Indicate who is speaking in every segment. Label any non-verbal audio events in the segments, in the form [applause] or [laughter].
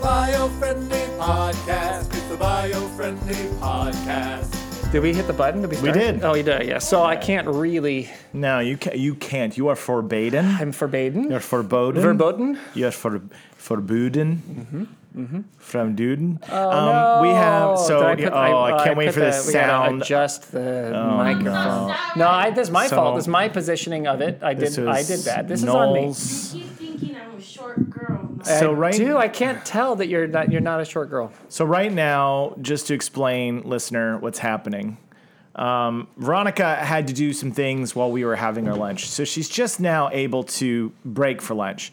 Speaker 1: bio-friendly podcast. It's the bio-friendly podcast.
Speaker 2: Did we hit the button? Did we, start?
Speaker 3: did.
Speaker 2: Oh, you did. Yeah. So I can't really.
Speaker 3: No, you can't. You can't. You are forbidden.
Speaker 2: [sighs] I'm forbidden.
Speaker 3: You're forbidden.
Speaker 2: Verboten.
Speaker 3: You're for, forbidden.
Speaker 2: Mm-hmm,
Speaker 3: From Duden. Oh, um, We have so.
Speaker 2: Did
Speaker 3: oh, I
Speaker 2: I
Speaker 3: can't wait
Speaker 2: put
Speaker 3: for the
Speaker 2: the- we gotta
Speaker 3: sound. Oh,
Speaker 2: Adjust the microphone. No, I, this is my
Speaker 3: So-
Speaker 2: fault. This is my positioning of it. I did.
Speaker 3: This
Speaker 2: I
Speaker 3: is
Speaker 2: did that. This is
Speaker 3: Knowles.
Speaker 4: keep thinking I'm a short girl.
Speaker 2: on me.
Speaker 3: So
Speaker 2: I
Speaker 3: right-
Speaker 2: do. I can't tell that you're not. You're not a short girl.
Speaker 3: So right now, just to explain, listener, what's happening. Um, Veronica had to do some things while we were having our lunch, so she's just now able to break for lunch.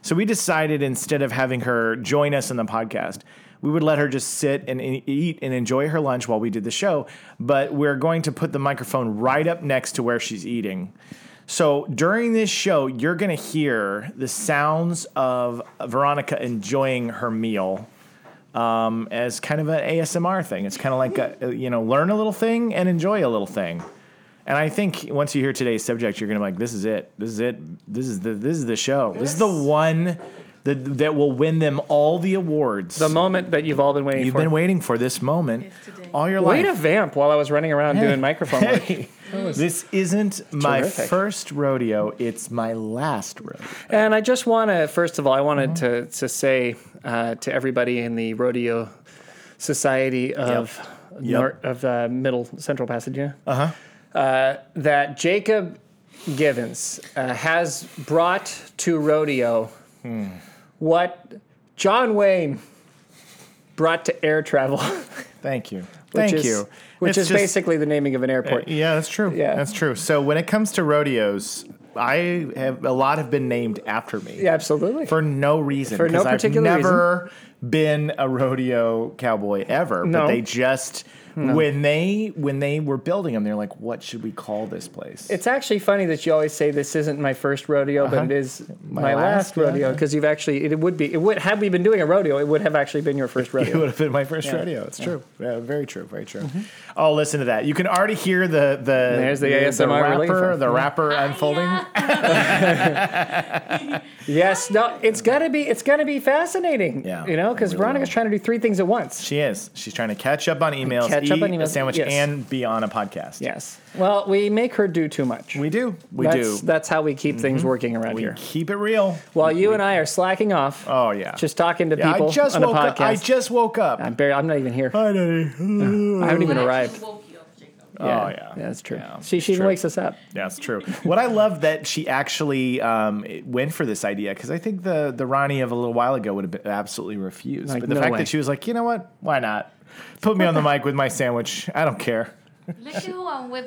Speaker 3: So we decided instead of having her join us in the podcast, we would let her just sit and e- eat and enjoy her lunch while we did the show. But we're going to put the microphone right up next to where she's eating. So during this show, you're going to hear the sounds of Veronica enjoying her meal um, as kind of an ASMR thing. It's kind of like a, you know, learn a little thing and enjoy a little thing. And I think once you hear today's subject, you're gonna be like, this is it. This is it. This is the this is the show. This is the one that that will win them all the awards.
Speaker 2: The moment that you've all been waiting
Speaker 3: You've
Speaker 2: for.
Speaker 3: been waiting for this moment
Speaker 4: today.
Speaker 3: all your
Speaker 2: Way to [laughs]
Speaker 3: life.
Speaker 2: vamp while I was running around
Speaker 3: Hey.
Speaker 2: doing microphone.
Speaker 3: [laughs]
Speaker 2: work.
Speaker 3: Hey, this isn't my
Speaker 2: terrific.
Speaker 3: first rodeo. It's my last rodeo.
Speaker 2: And I just want to, first of all, I wanted to,
Speaker 3: Mm-hmm.
Speaker 2: to say uh, to everybody in the rodeo society of
Speaker 3: Yep. Uh-huh.
Speaker 2: nor- of uh, Middle Central Pasadena uh, that Jacob Givens uh, has brought to rodeo
Speaker 3: Hmm.
Speaker 2: what John Wayne brought to air travel, [laughs]
Speaker 3: Thank you.
Speaker 2: which
Speaker 3: Thank
Speaker 2: is
Speaker 3: you.
Speaker 2: which
Speaker 3: It's
Speaker 2: is
Speaker 3: just-
Speaker 2: basically the naming of an airport.
Speaker 3: Yeah, that's true.
Speaker 2: Yeah.
Speaker 3: that's true. So when it comes to rodeos, I have a lot have been named after me
Speaker 2: Yeah, absolutely.
Speaker 3: for no reason.
Speaker 2: For no
Speaker 3: 'cause
Speaker 2: particular
Speaker 3: I've never been a rodeo cowboy ever.
Speaker 2: No.
Speaker 3: But they just when they when they were building them, they're like, "What should we call this place?"
Speaker 2: It's actually funny that you always say this isn't my first rodeo, but it is my,
Speaker 3: Uh-huh. My
Speaker 2: last,
Speaker 3: last, yeah.
Speaker 2: rodeo because you've actually it would be it would had we been doing a rodeo, it would have actually been your first
Speaker 3: [laughs] [laughs] it
Speaker 2: rodeo.
Speaker 3: would have been my first
Speaker 2: Yeah. Mm-hmm.
Speaker 3: rodeo. It's true. Yeah, very true. Very true. Oh, listen to that. You can already hear the the
Speaker 2: There's the ASMR we're looking for.
Speaker 3: rapper, the rapper unfolding.
Speaker 5: uh,
Speaker 2: yes, no, it's gotta be it's gonna be fascinating.
Speaker 3: Yeah,
Speaker 2: you know,
Speaker 3: it
Speaker 2: because
Speaker 3: really
Speaker 2: Veronica's
Speaker 3: will.
Speaker 2: trying to do three things at once.
Speaker 3: She is. She's trying to catch up on emails,
Speaker 2: Catch
Speaker 3: eat
Speaker 2: up on
Speaker 3: a
Speaker 2: emails,
Speaker 3: sandwich,
Speaker 2: yes.
Speaker 3: and be on a podcast.
Speaker 2: Yes. Well, we make her do too much.
Speaker 3: We do. We
Speaker 2: that's,
Speaker 3: do. Mm-hmm.
Speaker 2: That's how we keep things working around
Speaker 3: we
Speaker 2: here.
Speaker 3: keep it real.
Speaker 2: While you and I are slacking off.
Speaker 3: Oh yeah.
Speaker 2: Just talking to
Speaker 3: yeah,
Speaker 2: people
Speaker 3: I just
Speaker 2: on
Speaker 3: woke
Speaker 2: a
Speaker 3: up.
Speaker 2: podcast.
Speaker 3: I just woke up.
Speaker 2: am barely, I'm not even here.
Speaker 3: Hi, Daddy.
Speaker 2: I [laughs] haven't even arrived.
Speaker 4: Woke you up, Jacob.
Speaker 2: Yeah.
Speaker 3: Oh, yeah.
Speaker 2: that's true.
Speaker 3: Yeah,
Speaker 2: she
Speaker 3: it's
Speaker 2: she
Speaker 3: true.
Speaker 2: wakes us up.
Speaker 3: Yeah, it's true. What I love that she actually um, it went for this idea because I think the the Ronnie of a little while ago would have been absolutely refused.
Speaker 2: Like,
Speaker 3: but the
Speaker 2: no
Speaker 3: fact
Speaker 2: way.
Speaker 3: that she was like, you know what? Why not? Put me on the mic with my sandwich. I don't care.
Speaker 5: Look at who I'm with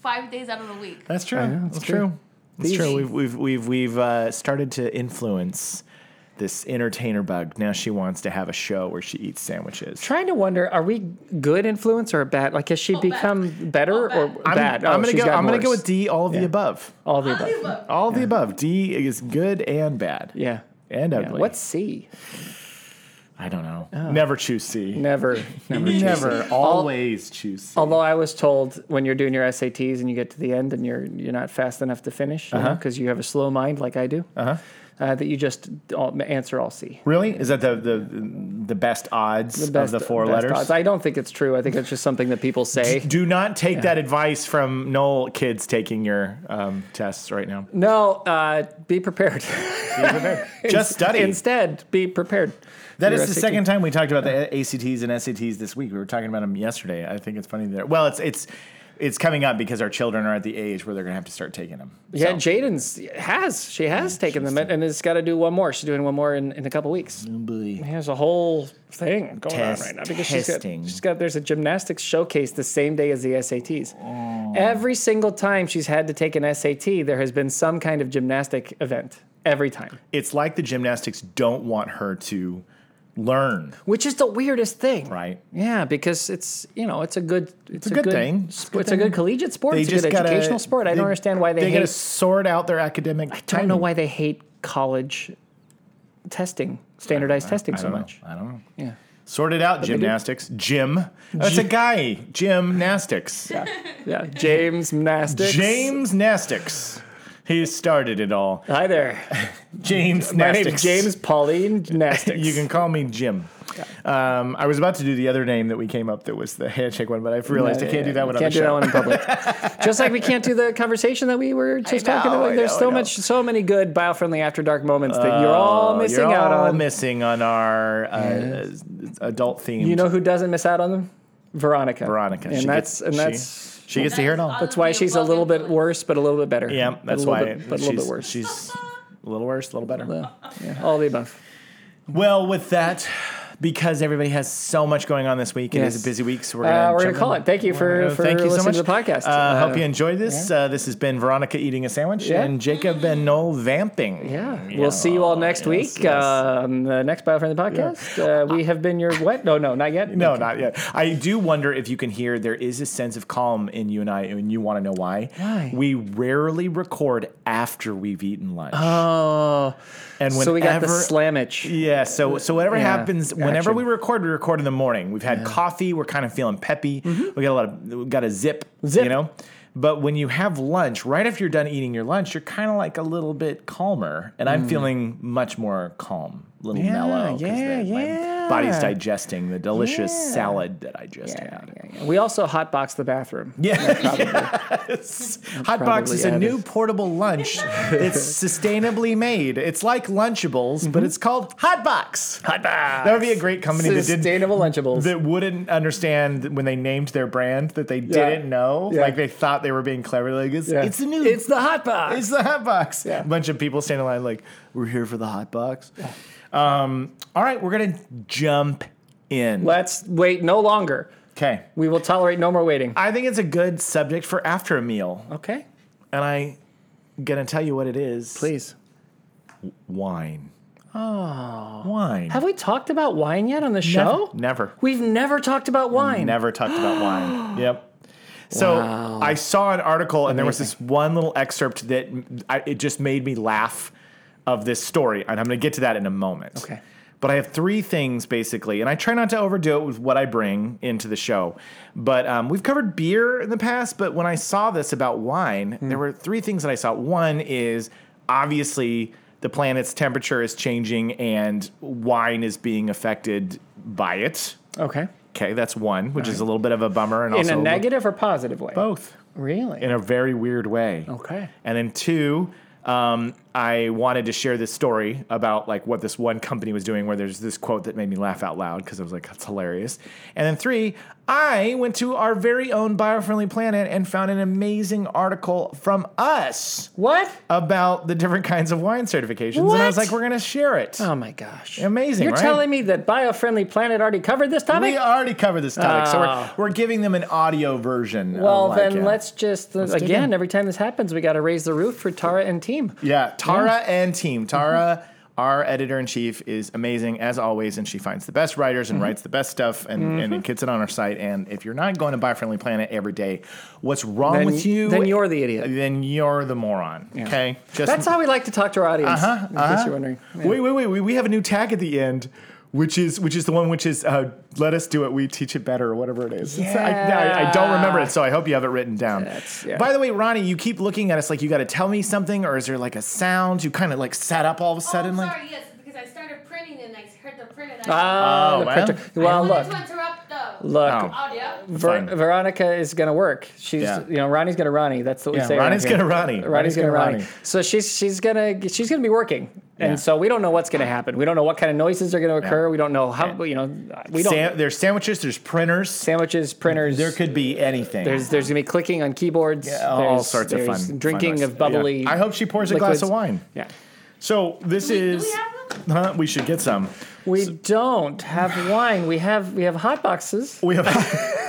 Speaker 5: five days out of the week.
Speaker 3: That's true.
Speaker 2: know, it's
Speaker 3: That's
Speaker 2: true.
Speaker 3: true. That's
Speaker 2: These-
Speaker 3: true. We've we've we've we've uh, started to influence this entertainer bug. Now she wants to have a show where she eats sandwiches.
Speaker 2: trying to wonder are we good influence or bad like has she
Speaker 4: bad.
Speaker 2: become better
Speaker 4: Oh, bad.
Speaker 2: or
Speaker 3: I'm,
Speaker 2: bad
Speaker 3: I'm
Speaker 2: Oh,
Speaker 3: gonna
Speaker 2: she's
Speaker 3: go.
Speaker 2: gotten
Speaker 3: I'm gonna go
Speaker 2: worse.
Speaker 3: with D. All of
Speaker 2: Yeah.
Speaker 3: the above.
Speaker 2: all the
Speaker 4: I'll
Speaker 2: above
Speaker 4: leave a-
Speaker 3: All of the above. D is good and bad.
Speaker 2: yeah
Speaker 3: And
Speaker 2: Yeah.
Speaker 3: ugly.
Speaker 2: what's c
Speaker 3: I don't know. Never choose C. [laughs]
Speaker 2: never never
Speaker 3: Oh. Never. Always choose C.
Speaker 2: although i was told when you're doing your sats and you get to the end and you're you're not fast enough to finish because you,
Speaker 3: Uh-huh.
Speaker 2: know, 'cause you have a slow mind like i do uh that you just all, answer all c
Speaker 3: Really? Is that the the, the best odds of the four
Speaker 2: best
Speaker 3: letters?
Speaker 2: odds. i don't think it's true i think it's just something that people
Speaker 3: [laughs]
Speaker 2: say
Speaker 3: Do not take that advice from Noel kids taking your um, tests right now.
Speaker 2: no uh, be prepared [laughs]
Speaker 3: Just study.
Speaker 2: instead be prepared
Speaker 3: That
Speaker 2: Your
Speaker 3: is the
Speaker 2: SAT.
Speaker 3: second time we talked about the ACTs and SATs this week. We were talking about them yesterday. I think it's funny that well, it's it's it's coming up because our children are at the age where they're going to have to start taking them.
Speaker 2: Yeah,
Speaker 3: So-
Speaker 2: Jaden's has she has taken them and has got to do one more. She's doing one more in, in a couple weeks. She has a whole thing going
Speaker 3: Test-
Speaker 2: on right now because she's got,
Speaker 3: testing.
Speaker 2: she's got there's a gymnastics showcase the same day as the SATs. Every single time she's had to take an SAT, there has been some kind of gymnastic event every time,
Speaker 3: it's like the gymnastics don't want her to learn,
Speaker 2: which is the weirdest thing.
Speaker 3: right?
Speaker 2: Yeah, because it's you know it's a good it's,
Speaker 3: a good thing. It's a
Speaker 2: sp-
Speaker 3: good
Speaker 2: It's a
Speaker 3: thing.
Speaker 2: good collegiate sport. it's a good educational sport. I don't understand why they,
Speaker 3: they
Speaker 2: hate.
Speaker 3: gotta sort out their academic. I
Speaker 2: don't know why they hate college testing, standardized testing
Speaker 3: I
Speaker 2: so
Speaker 3: don't know.
Speaker 2: much.
Speaker 3: I don't know.
Speaker 2: Yeah.
Speaker 3: Sort it out,
Speaker 2: do.
Speaker 3: gymnastics. Jim. That's a guy. Gymnastics.
Speaker 2: Yeah. James Nastics.
Speaker 3: James Nastics. He started it all.
Speaker 2: Hi there.
Speaker 3: James
Speaker 2: My name's
Speaker 3: Nastics. [laughs]
Speaker 2: James Pauline Nastics.
Speaker 3: You can call me Jim. Um, I was about to do the other name that we came up that was the handshake one, but I've realized I can't do that one.
Speaker 2: Can't
Speaker 3: on the
Speaker 2: do that
Speaker 3: show.
Speaker 2: one in public.
Speaker 3: [laughs]
Speaker 2: just like we can't do the conversation that we were just talking
Speaker 3: know,
Speaker 2: about.
Speaker 3: I
Speaker 2: There's
Speaker 3: know, I
Speaker 2: so
Speaker 3: know.
Speaker 2: much, so many good biofriendly after dark moments that you're all
Speaker 3: Uh,
Speaker 2: missing
Speaker 3: you're
Speaker 2: out
Speaker 3: all
Speaker 2: on.
Speaker 3: Missing on our uh, adult themed.
Speaker 2: you know who doesn't miss out on them? Veronica.
Speaker 3: Veronica.
Speaker 2: And
Speaker 3: She
Speaker 2: that's
Speaker 3: gets-
Speaker 2: and
Speaker 3: she-
Speaker 2: that's
Speaker 3: she gets to hear it all.
Speaker 2: that's why she's a little bit worse, but a little bit better.
Speaker 3: Yeah,
Speaker 2: But a
Speaker 3: that's
Speaker 2: little
Speaker 3: why
Speaker 2: bit- but a little
Speaker 3: she's-
Speaker 2: bit worse.
Speaker 3: She's a little worse, a little better.
Speaker 2: Uh, yeah, all the above.
Speaker 3: Well, with that, because everybody has so much going on this week, it is
Speaker 2: Yes.
Speaker 3: a busy week, so we're
Speaker 2: Uh,
Speaker 3: going
Speaker 2: we're
Speaker 3: jump
Speaker 2: gonna call
Speaker 3: in.
Speaker 2: it. Thank you for,
Speaker 3: Uh,
Speaker 2: for listening to the podcast.
Speaker 3: Uh, hope you enjoyed this. Uh, this has been Veronica eating a sandwich
Speaker 2: Yeah.
Speaker 3: and Jacob and Noel vamping.
Speaker 2: yeah. We'll see you all next
Speaker 3: Yes,
Speaker 2: week
Speaker 3: yes.
Speaker 2: uh, on the next Biofriendly podcast. Uh, we have been your what? No, no, not yet.
Speaker 3: no, not yet. I do wonder if you can hear there is a sense of calm in you and I, and you want to know why.
Speaker 2: Why?
Speaker 3: We rarely record after we've etten lunch.
Speaker 2: Oh,
Speaker 3: and whenever,
Speaker 2: so we got the slammage.
Speaker 3: Yeah, so so whatever
Speaker 2: Yeah,
Speaker 3: happens, whenever
Speaker 2: action.
Speaker 3: we record, we record in the morning. We've had coffee, we're kind of feeling peppy. We got a lot of we got a zip,
Speaker 2: Mm-hmm. Zip.
Speaker 3: you know. But when you have lunch, right after you're done eating your lunch, you're kind of like a little bit calmer, and I'm feeling much more calm, a little
Speaker 2: Mm. Yeah,
Speaker 3: mellow. 'cause
Speaker 2: yeah,
Speaker 3: the- my
Speaker 2: yeah.
Speaker 3: body's digesting the delicious
Speaker 2: Yeah.
Speaker 3: salad that I just
Speaker 2: Yeah,
Speaker 3: had.
Speaker 2: yeah, yeah. We also hotbox the bathroom.
Speaker 3: Yeah. yes. Hotbox is a
Speaker 2: added.
Speaker 3: new
Speaker 2: [laughs]
Speaker 3: portable lunch that's sustainably made. It's like Lunchables, but
Speaker 2: Mm-hmm.
Speaker 3: it's called Hotbox. Hotbox. That would be a great company that didn't
Speaker 2: Sustainable Lunchables.
Speaker 3: that wouldn't understand when they named their brand that they didn't know.
Speaker 2: Yeah.
Speaker 3: Like they thought they were being clever. Like it's,
Speaker 2: Yeah.
Speaker 3: it's the new
Speaker 2: It's the hotbox.
Speaker 3: [laughs] it's the hot box.
Speaker 2: Yeah.
Speaker 3: A bunch of people standing in line like, we're here for the hot box. Um, all right, we're gonna jump in.
Speaker 2: Let's wait no longer.
Speaker 3: Okay.
Speaker 2: We will tolerate no more waiting.
Speaker 3: I think it's a good subject for after a meal.
Speaker 2: Okay.
Speaker 3: and I gonna tell you what it is.
Speaker 2: Please.
Speaker 3: Wine. Oh. Wine.
Speaker 2: Have we talked about wine yet on the
Speaker 3: Never-
Speaker 2: show?
Speaker 3: Never.
Speaker 2: We've never talked about wine.
Speaker 3: Never talked about
Speaker 2: [gasps]
Speaker 3: wine. Yep. So I saw an article, and there was this one little excerpt that I, it just made me laugh of this story, and I'm going to get to that in a moment.
Speaker 2: Okay.
Speaker 3: But I have three things basically, and I try not to overdo it with what I bring into the show. But um, we've covered beer in the past, but when I saw this about wine,
Speaker 2: Hmm.
Speaker 3: there were three things that I saw. One is obviously the planet's temperature is changing, and wine is being affected by it.
Speaker 2: Okay.
Speaker 3: Okay, that's one, which is a little bit of a bummer, and
Speaker 2: In
Speaker 3: also
Speaker 2: a
Speaker 3: little-
Speaker 2: negative or positive way?
Speaker 3: both
Speaker 2: Really?
Speaker 3: in a very weird way.
Speaker 2: okay.
Speaker 3: And then two, um, I wanted to share this story about like what this one company was doing, where there's this quote that made me laugh out loud because I was like, that's hilarious. And then three, I went to our very own biofriendly planet and found an amazing article from us
Speaker 2: What?
Speaker 3: about the different kinds of wine certifications, and I
Speaker 2: What?
Speaker 3: was like, we're gonna share it.
Speaker 2: Oh my gosh.
Speaker 3: Amazing,
Speaker 2: You're
Speaker 3: right?
Speaker 2: telling me that Biofriendly Planet already covered this topic?
Speaker 3: We already covered this topic, so we're,
Speaker 2: Oh.
Speaker 3: we're giving them an audio version. of,
Speaker 2: Well,
Speaker 3: like,
Speaker 2: then
Speaker 3: yeah.
Speaker 2: let's just,
Speaker 3: dig
Speaker 2: again,
Speaker 3: in.
Speaker 2: every time this happens, we got to raise the roof for Tara and team.
Speaker 3: Yeah, Tara and team. Tara, our editor in chief, is amazing as always, and she finds the best writers
Speaker 2: Mm-hmm.
Speaker 3: and writes the best stuff and, and gets it on our site. And if you're not going to Buy Friendly Planet every day, what's wrong
Speaker 2: Then-
Speaker 3: with you?
Speaker 2: then you're the idiot.
Speaker 3: Then you're the moron. Okay, just
Speaker 2: That's how we like to talk to our audience,
Speaker 3: Uh-huh,
Speaker 2: in
Speaker 3: uh-huh.
Speaker 2: case you're wondering. Yeah.
Speaker 3: Wait, wait, wait, wait. We have a new tag at the end, which is which is the one which is uh, "Let us do it. We teach it better" or whatever it is. It's- I, I, I don't remember it, so I hope you have it written down.
Speaker 2: That's- yeah.
Speaker 3: By the way, Ronnie, you keep looking at us like you got to tell me something, or is there like a sound? You kind of like sat up all of a sudden,
Speaker 4: I'm
Speaker 3: like.
Speaker 4: Oh, sorry, yes, because I started printing and I heard the print. And I
Speaker 2: Ah,
Speaker 3: Oh,
Speaker 2: the
Speaker 3: wow.
Speaker 2: printer. Well,
Speaker 4: I
Speaker 2: look,
Speaker 4: wanted to interrupt the
Speaker 2: look.
Speaker 3: Oh.
Speaker 4: audio.
Speaker 2: Ver-
Speaker 3: Fine.
Speaker 2: Veronica is gonna work. She's
Speaker 3: Yeah.
Speaker 2: you know Ronnie's gonna Ronnie. That's what we
Speaker 3: Yeah,
Speaker 2: say.
Speaker 3: Ronnie's
Speaker 2: around here.
Speaker 3: gonna Ronnie.
Speaker 2: Ronnie's, gonna, Ronnie. So she's she's gonna she's gonna be working,
Speaker 3: Yeah.
Speaker 2: and so we don't know what's gonna happen. We don't know what kind of noises are gonna occur.
Speaker 3: Yeah.
Speaker 2: We don't know how you know we don't
Speaker 3: Sam- there's sandwiches. There's printers.
Speaker 2: sandwiches printers.
Speaker 3: There could be anything.
Speaker 2: there's there's gonna be clicking on keyboards.
Speaker 3: all
Speaker 2: There's-
Speaker 3: sorts of
Speaker 2: there's
Speaker 3: fun
Speaker 2: Drinking
Speaker 3: fun
Speaker 2: of bubbly.
Speaker 3: Yeah. I hope she pours a glass
Speaker 2: liquids.
Speaker 3: of wine.
Speaker 2: Yeah.
Speaker 3: So this
Speaker 4: Do we- do we
Speaker 3: is.
Speaker 4: have them?
Speaker 3: Huh? We should get some.
Speaker 2: We don't have wine. We have we have hot boxes.
Speaker 3: We have.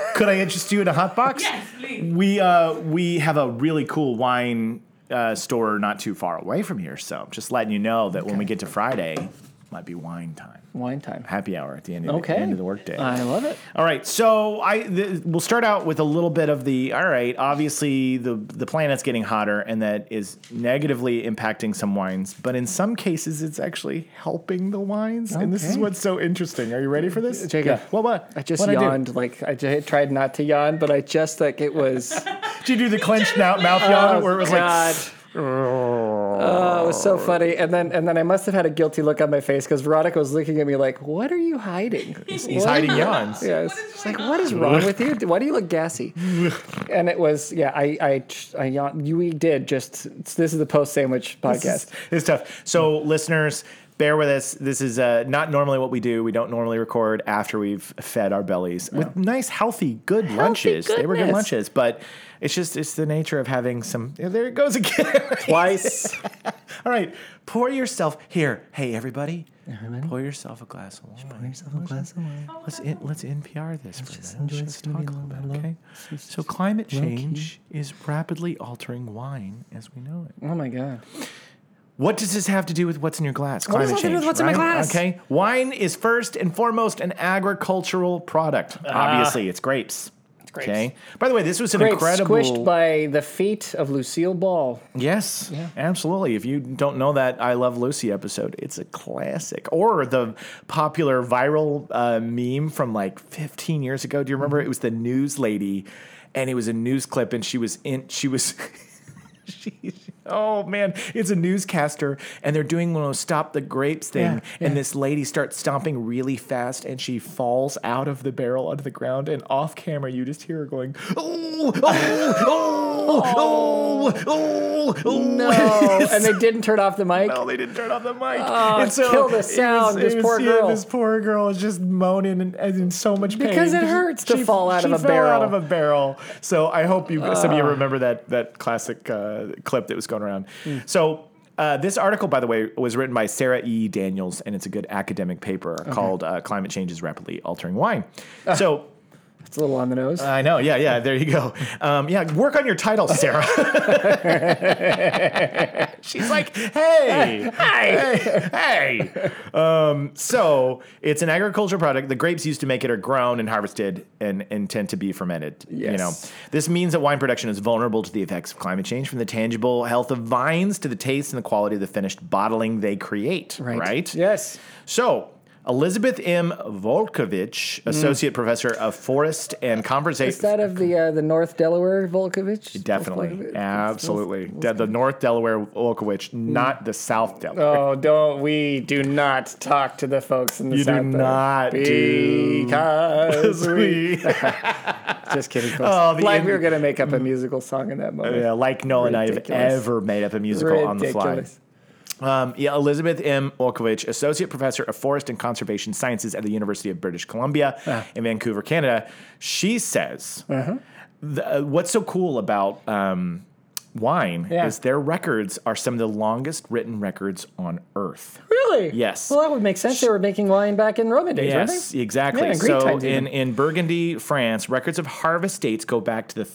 Speaker 3: [laughs] could I interest you in a hot box?
Speaker 4: Yes, please.
Speaker 3: We uh we have a really cool wine uh, store not too far away from here, so just letting you know that when we get to Friday, might be wine time,
Speaker 2: Wine time.
Speaker 3: happy hour at the end of
Speaker 2: Okay. Uh,
Speaker 3: the end of the workday.
Speaker 2: I love it.
Speaker 3: all right, so I th- we'll start out with a little bit of the all right. Obviously, the the planet's getting hotter, and that is negatively impacting some wines, but in some cases, it's actually helping the wines. And this is
Speaker 2: Okay.
Speaker 3: what's so interesting. Are you ready for this,
Speaker 2: Jacob,
Speaker 3: Yeah. What what?
Speaker 2: I just
Speaker 3: What'd do?
Speaker 2: yawned. like I j- tried not to yawn, but I
Speaker 3: [laughs]
Speaker 2: just like it was. Oh,
Speaker 3: Did you do the clenched mouth mouth yawn where it was like?
Speaker 2: God. Oh, it was so funny. And then and then I must have had a guilty look on my face because Veronica was looking at me like, "What are you hiding?"
Speaker 3: He's hiding
Speaker 2: [laughs]
Speaker 3: yawns.
Speaker 2: Yeah, it's
Speaker 4: is
Speaker 2: just
Speaker 4: going
Speaker 2: like, what is wrong with you? Why do you look
Speaker 3: [laughs]
Speaker 2: gassy? and it was, yeah, I, I, I yawned. You- We did just. This is the post sandwich podcast.
Speaker 3: It's, it's tough. So, listeners, bear with us. This is uh, not normally what we do. We don't normally record after we've fed our bellies with nice, healthy, good lunches. They were good
Speaker 2: goodness.
Speaker 3: lunches, but it's just it's the nature of having some. yeah, There it goes again.
Speaker 2: [laughs] Twice.
Speaker 3: [laughs] All right, pour yourself here. Hey, everybody, pour yourself a glass of wine. Let's in, let's NPR this for a minute. Let's talk a little bit, okay? So climate change is rapidly altering wine as we know it.
Speaker 2: oh my god.
Speaker 3: What does this have to do with what's in your glass? Climate
Speaker 2: does it have to do with what's in my glass?
Speaker 3: Okay, wine is first and foremost an agricultural product. Obviously, it's grapes. Ah. It's
Speaker 2: grapes.
Speaker 3: Okay. By the way, this was an
Speaker 2: Great,
Speaker 3: incredible.
Speaker 2: squished by the feet of Lucille
Speaker 3: [laughs]
Speaker 2: Ball.
Speaker 3: Yes, absolutely. If you don't know that I Love Lucy episode, it's a classic. Or the popular viral uh, meme from like 15 years ago. Do you remember? It was the news lady, and it was a news clip, and she was in. She was. [laughs] she- [laughs] Oh man, it's a newscaster, and they're doing one of those stop the grapes thing,
Speaker 2: Yeah, yeah.
Speaker 3: and this lady starts stomping really fast, and she falls out of the barrel onto the ground, and off camera you just hear her going, oh, oh,
Speaker 2: [laughs]
Speaker 3: oh, oh, oh, oh, [laughs]
Speaker 2: No, and they didn't turn off the mic.
Speaker 3: no, they didn't turn off the mic.
Speaker 2: Oh, kill the
Speaker 3: it was-
Speaker 2: sound,
Speaker 3: it
Speaker 2: this
Speaker 3: was-
Speaker 2: poor
Speaker 3: yeah,
Speaker 2: girl.
Speaker 3: This poor girl is just moaning and, and in so much pain
Speaker 2: Because it hurts to fall out
Speaker 3: she
Speaker 2: of a
Speaker 3: fell out
Speaker 2: barrel.
Speaker 3: of a barrel. So I hope you some of you remember that that classic uh, clip that was going around. So. Uh, this article, by the way, was written by Sarah E. Daniels, and it's a good academic paper called uh, "Climate Change is Rapidly Altering Wine." So
Speaker 2: It's a little on the nose.
Speaker 3: I know, yeah, yeah. There you go. Um, yeah, work on your
Speaker 2: [laughs]
Speaker 3: title, Sarah. She's like, hey, hey, hey. Um, so it's an agricultural product. The grapes used to make it are grown and harvested and, and tend to be fermented. You
Speaker 2: Yes.
Speaker 3: know, this means that wine production is vulnerable to the effects of climate change, from the tangible health of vines to the taste and the quality of the finished bottling they create. Right.
Speaker 2: Yes.
Speaker 3: So, Elizabeth M. Volkovich, Associate Professor of Forest and
Speaker 2: Mm. Is
Speaker 3: Conversation.
Speaker 2: that of the uh, the North Delaware Volkovich?
Speaker 3: Definitely.
Speaker 2: Volkovich?
Speaker 3: Absolutely. De- the North Delaware Volkovich, not the South Delaware.
Speaker 2: Oh, don't we do not talk to the folks in the
Speaker 3: You do
Speaker 2: South Bay.
Speaker 3: not do- [laughs]
Speaker 2: because we
Speaker 3: yeah,
Speaker 2: just kidding. Folks.
Speaker 3: Oh, the Mm.
Speaker 2: like we
Speaker 3: in-
Speaker 2: were gonna make up a musical song in that moment. [laughs]
Speaker 3: like Nolan and I have
Speaker 2: Ridiculous.
Speaker 3: ever made up a musical on the fly.
Speaker 2: Ridiculous.
Speaker 3: Um, yeah, Elizabeth M. Olkovich, Associate Professor of Forest and Conservation Sciences at the University of British Columbia
Speaker 2: Uh-huh.
Speaker 3: in Vancouver, Canada. She says, the- uh, what's so cool about um, wine
Speaker 2: Yeah.
Speaker 3: is their records are some of the longest written records on Earth.
Speaker 2: Really?
Speaker 3: Yes.
Speaker 2: Well, that would make sense. They were making wine back in Roman days,
Speaker 3: Yes,
Speaker 2: weren't they?
Speaker 3: exactly.
Speaker 2: Yeah, in Greek
Speaker 3: so
Speaker 2: times
Speaker 3: in,
Speaker 2: even.
Speaker 3: in Burgundy, France, records of harvest dates go back to the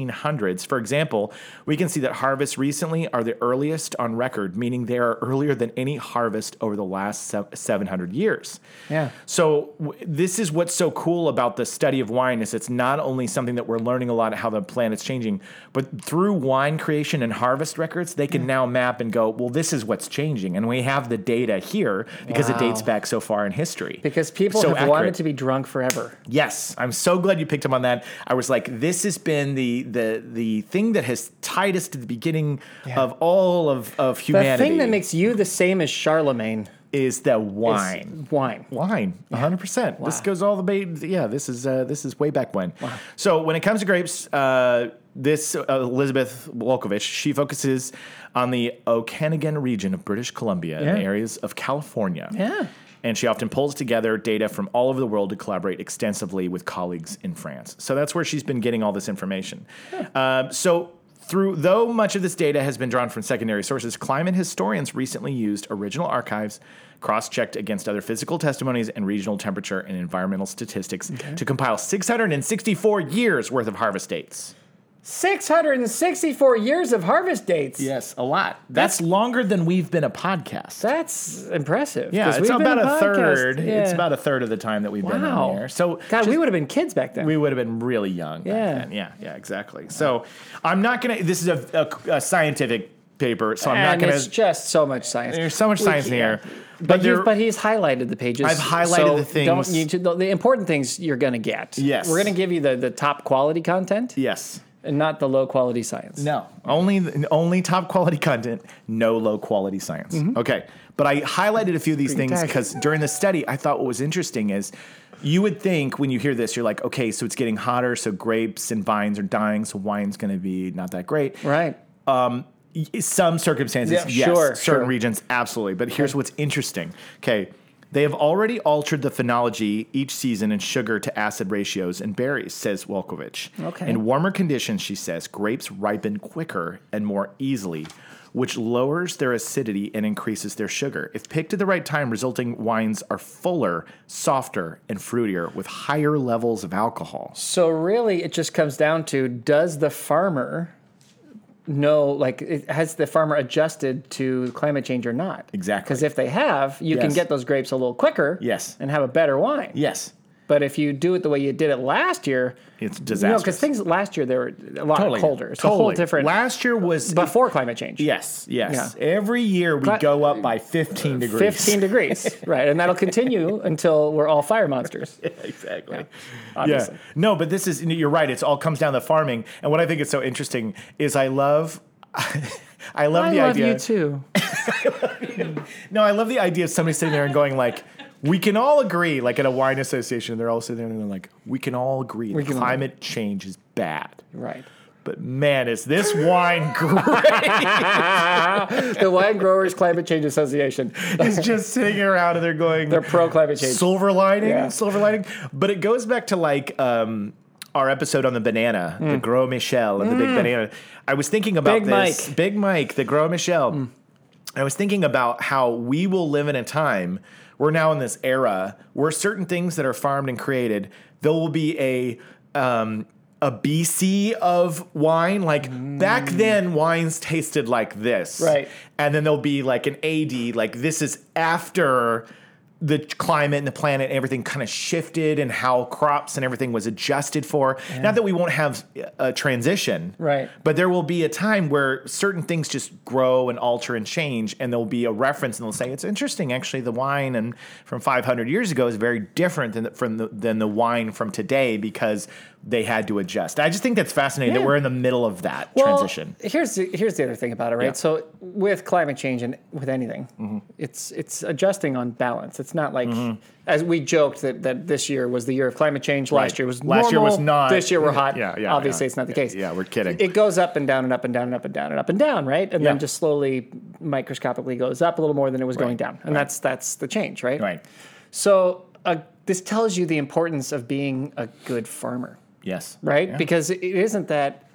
Speaker 3: 1300s. For example, we can see that harvests recently are the earliest on record, meaning they are earlier than any harvest over the last se- 700 years.
Speaker 2: Yeah.
Speaker 3: So w- this is what's so cool about the study of wine is it's not only something that we're learning a lot of how the planet's changing, but through wine creation and harvest records, they can now map and go, well, this is what's changing, and we have the data here because it dates
Speaker 2: Wow.
Speaker 3: back so far in history.
Speaker 2: Because people
Speaker 3: So
Speaker 2: have wanted
Speaker 3: accurate.
Speaker 2: to be drunk forever.
Speaker 3: Yes, I'm so glad you picked up on that. I was like, this has been the the the thing that has tied us to the beginning of all of of
Speaker 2: The
Speaker 3: humanity.
Speaker 2: thing that makes you the same as Charlemagne
Speaker 3: is the
Speaker 2: is
Speaker 3: wine.
Speaker 2: wine.
Speaker 3: Wine, 100%. This goes all the way. Yeah, this is uh, this is way back when. So when it comes to grapes, uh, this uh, Elizabeth Wolkovich, she focuses on the Okanagan region of British Columbia and the
Speaker 2: Yeah.
Speaker 3: areas of California.
Speaker 2: Yeah.
Speaker 3: And she often pulls together data from all over the world to collaborate extensively with colleagues in France. So that's where she's been getting all this information. Uh, so through though much of this data has been drawn from secondary sources, climate historians recently used original archives cross-checked against other physical testimonies and regional temperature and environmental statistics to compile 664 years worth of harvest dates.
Speaker 2: 664 years of harvest dates.
Speaker 3: Yes, a lot. That's longer than we've been a podcast.
Speaker 2: That's impressive.
Speaker 3: yeah,
Speaker 2: 'cause
Speaker 3: it's
Speaker 2: we've been
Speaker 3: about a,
Speaker 2: podcast-
Speaker 3: third.
Speaker 2: Yeah.
Speaker 3: It's about a third of the time that we've been on
Speaker 2: Wow.
Speaker 3: the air. So
Speaker 2: God,
Speaker 3: just-
Speaker 2: we would have been kids back then.
Speaker 3: we would have been really young. back
Speaker 2: Yeah.
Speaker 3: then. yeah, yeah, exactly. So I'm not gonna. This is a, a, a scientific paper, so I'm
Speaker 2: and
Speaker 3: not
Speaker 2: it's
Speaker 3: gonna.
Speaker 2: just so much science.
Speaker 3: There's so much
Speaker 2: We
Speaker 3: science in
Speaker 2: can't-
Speaker 3: here,
Speaker 2: But,
Speaker 3: there-
Speaker 2: you've, but he's highlighted the pages.
Speaker 3: I've highlighted
Speaker 2: so
Speaker 3: the things.
Speaker 2: Don't you, the, the important things you're going to get.
Speaker 3: Yes.
Speaker 2: We're going to give you the, the top quality content.
Speaker 3: yes,
Speaker 2: and not the low quality science.
Speaker 3: No, only only top quality content, no low quality science.
Speaker 2: Mm-hmm.
Speaker 3: Okay, but I highlighted a few of these things
Speaker 2: tag.
Speaker 3: because during the study, I thought what was interesting is you would think when you hear this, you're like, okay, so it's getting hotter, so grapes and vines are dying, so wine's going to be not that great.
Speaker 2: Right.
Speaker 3: Y- Some circumstances,
Speaker 2: Yeah,
Speaker 3: yes,
Speaker 2: sure,
Speaker 3: certain
Speaker 2: sure.
Speaker 3: regions, absolutely. But here's what's interesting. Okay. They have already altered the phenology each season in sugar to acid ratios in berries, says Wolkovich.
Speaker 2: Okay.
Speaker 3: In warmer conditions, she says, grapes ripen quicker and more easily, which lowers their acidity and increases their sugar. If picked at the right time, resulting wines are fuller, softer, and fruitier with higher levels of alcohol.
Speaker 2: So really, it just comes down to does the farmer know, like, it, has the farmer adjusted to climate change or not?
Speaker 3: Exactly.
Speaker 2: Because if they have, you can
Speaker 3: Yes.
Speaker 2: get those grapes a little quicker.
Speaker 3: Yes.
Speaker 2: And have a better wine.
Speaker 3: Yes.
Speaker 2: But if you do it the way you did it last year,
Speaker 3: It's
Speaker 2: You know,
Speaker 3: disastrous.
Speaker 2: because things last year they were a lot colder. It's a whole
Speaker 3: Totally.
Speaker 2: different
Speaker 3: Last year was
Speaker 2: before climate change.
Speaker 3: Yes, yes.
Speaker 2: Yeah.
Speaker 3: Every year we
Speaker 2: Cla-
Speaker 3: go up by 15 degrees.
Speaker 2: 15 degrees, right? And that'll continue until we're all fire monsters.
Speaker 3: [laughs] exactly. Yeah.
Speaker 2: obviously.
Speaker 3: No, but this is you're right. It's all comes down to farming. And what I think is so interesting is I love [laughs] I love
Speaker 2: I
Speaker 3: the
Speaker 2: love
Speaker 3: idea.
Speaker 2: you too.
Speaker 3: No, I love the idea of somebody sitting there and going like we can all agree, like at a wine association, they're all sitting there and they're like, we can all agree that
Speaker 2: can all-
Speaker 3: climate change is bad.
Speaker 2: Right.
Speaker 3: But man, is this wine [laughs] great?
Speaker 2: The Wine Growers Climate Change Association.
Speaker 3: He's just sitting around and they're going,
Speaker 2: They're pro climate change.
Speaker 3: Silver lining,
Speaker 2: Yeah.
Speaker 3: silver lining. But it goes back to like um, our episode on the banana, the Gros Michel and the big banana. I was thinking about
Speaker 2: Mm. Big
Speaker 3: this.
Speaker 2: Mike. Mm.
Speaker 3: Big Mike, the Gros Michel. I was thinking about how we will live in a time. We're now in this era where certain things that are farmed and created, there will be a um, a BC of wine. Like back then, wines tasted like this,
Speaker 2: Mm. Right.
Speaker 3: And then there'll be like an AD. Like this is after the climate and the planet and everything kind of shifted and how crops and everything was adjusted for. Not that we won't have uh, a transition,
Speaker 2: Right.
Speaker 3: but there will be a time where certain things just grow and alter and change, and there'll be a reference, and they'll say it's interesting. Actually, the wine and from 500 years ago is very different than the, from the, than the wine from today because they had to adjust. I just think that's fascinating that
Speaker 2: Yeah.
Speaker 3: we're in the middle of that transition.
Speaker 2: Well, here's the, here's the other thing about it, right?
Speaker 3: Yeah. Mm-hmm.
Speaker 2: So with climate change and with anything, it's it's adjusting on balance. It's not like as we joked that that this year was the year of climate change. Last
Speaker 3: Right.
Speaker 2: year was
Speaker 3: Last year was
Speaker 2: normal,
Speaker 3: not.
Speaker 2: This year we're hot.
Speaker 3: Yeah, yeah,
Speaker 2: Obviously,
Speaker 3: yeah.
Speaker 2: it's not the
Speaker 3: Yeah,
Speaker 2: case.
Speaker 3: yeah, we're kidding.
Speaker 2: It goes up and down and up and down and up and down and up and down, right? And
Speaker 3: Yeah.
Speaker 2: then just slowly, microscopically, goes up a little more than it was going down, and that's that's the change, right?
Speaker 3: Right.
Speaker 2: So uh, this tells you the importance of being a good farmer
Speaker 3: Yes.
Speaker 2: right?
Speaker 3: Yeah.
Speaker 2: Because it isn't that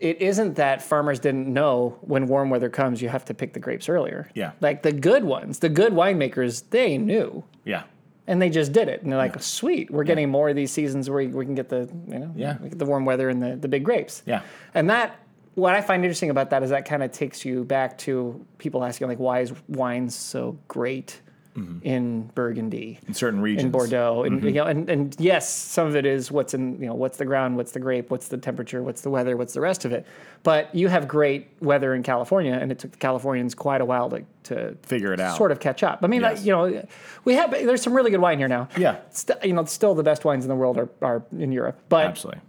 Speaker 2: it isn't that farmers didn't know when warm weather comes you have to pick the grapes earlier.
Speaker 3: Yeah.
Speaker 2: Like the good ones, the good winemakers, they knew
Speaker 3: Yeah.
Speaker 2: and they just did it. And they're like, "Sweet, we're getting more of these seasons where we, we can get the, you know,
Speaker 3: Yeah.
Speaker 2: we get the warm weather and the the big grapes."
Speaker 3: Yeah.
Speaker 2: And that what I find interesting about that is that kind of takes you back to people asking like, "Why is wine so great?"
Speaker 3: Mm-hmm.
Speaker 2: In Burgundy,
Speaker 3: In certain regions. Mm-hmm.
Speaker 2: in Bordeaux, and you know, and, and yes, some of it is what's in you know what's the ground, what's the grape, what's the temperature, what's the weather, what's the rest of it. But you have great weather in California, and it took the Californians quite a while to to
Speaker 3: Figure it out.
Speaker 2: sort of catch up. I mean, I-
Speaker 3: Yes.
Speaker 2: you know, we have there's some really good wine here now.
Speaker 3: Yeah.
Speaker 2: St- you know, still the best wines in the world are, are in Europe, but
Speaker 3: Absolutely.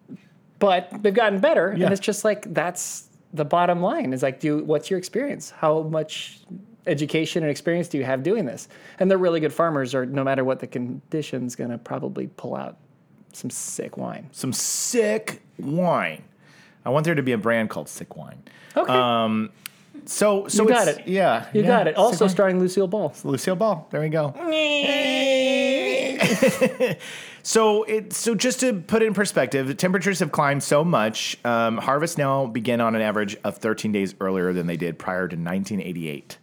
Speaker 2: but they've gotten better,
Speaker 3: Yeah.
Speaker 2: and it's just like that's the bottom line is like, do you- what's your experience? How much education and experience do you have doing this? And the really good farmers are, no matter what the conditions, gonna probably pull out some sick wine.
Speaker 3: Some sick wine. I want there to be a brand called Sick Wine. Um,
Speaker 2: Okay,
Speaker 3: So, so
Speaker 2: You got
Speaker 3: it's-
Speaker 2: it.
Speaker 3: Yeah,
Speaker 2: you
Speaker 3: yeah,
Speaker 2: got it.
Speaker 3: Sick
Speaker 2: Also
Speaker 3: Wine.
Speaker 2: starring Lucille Ball.
Speaker 3: Lucille Ball. There
Speaker 2: [laughs]
Speaker 3: we go. so it so just to put it in perspective, the temperatures have climbed so much. Um, harvest now begin on an average of 13 days earlier than they did prior to 1988.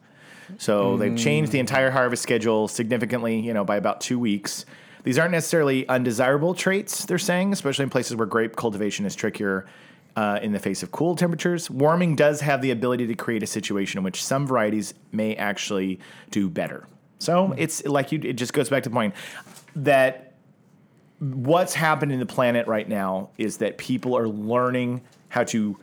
Speaker 3: So they've changed the entire harvest schedule significantly, you know, by about two weeks. These aren't necessarily undesirable traits, they're saying, especially in places where grape cultivation is trickier uh, in the face of cool temperatures. Warming does have the ability to create a situation in which some varieties may actually do better. So it's like you, it just goes back to the point that what's happening to the planet right now is that people are learning how to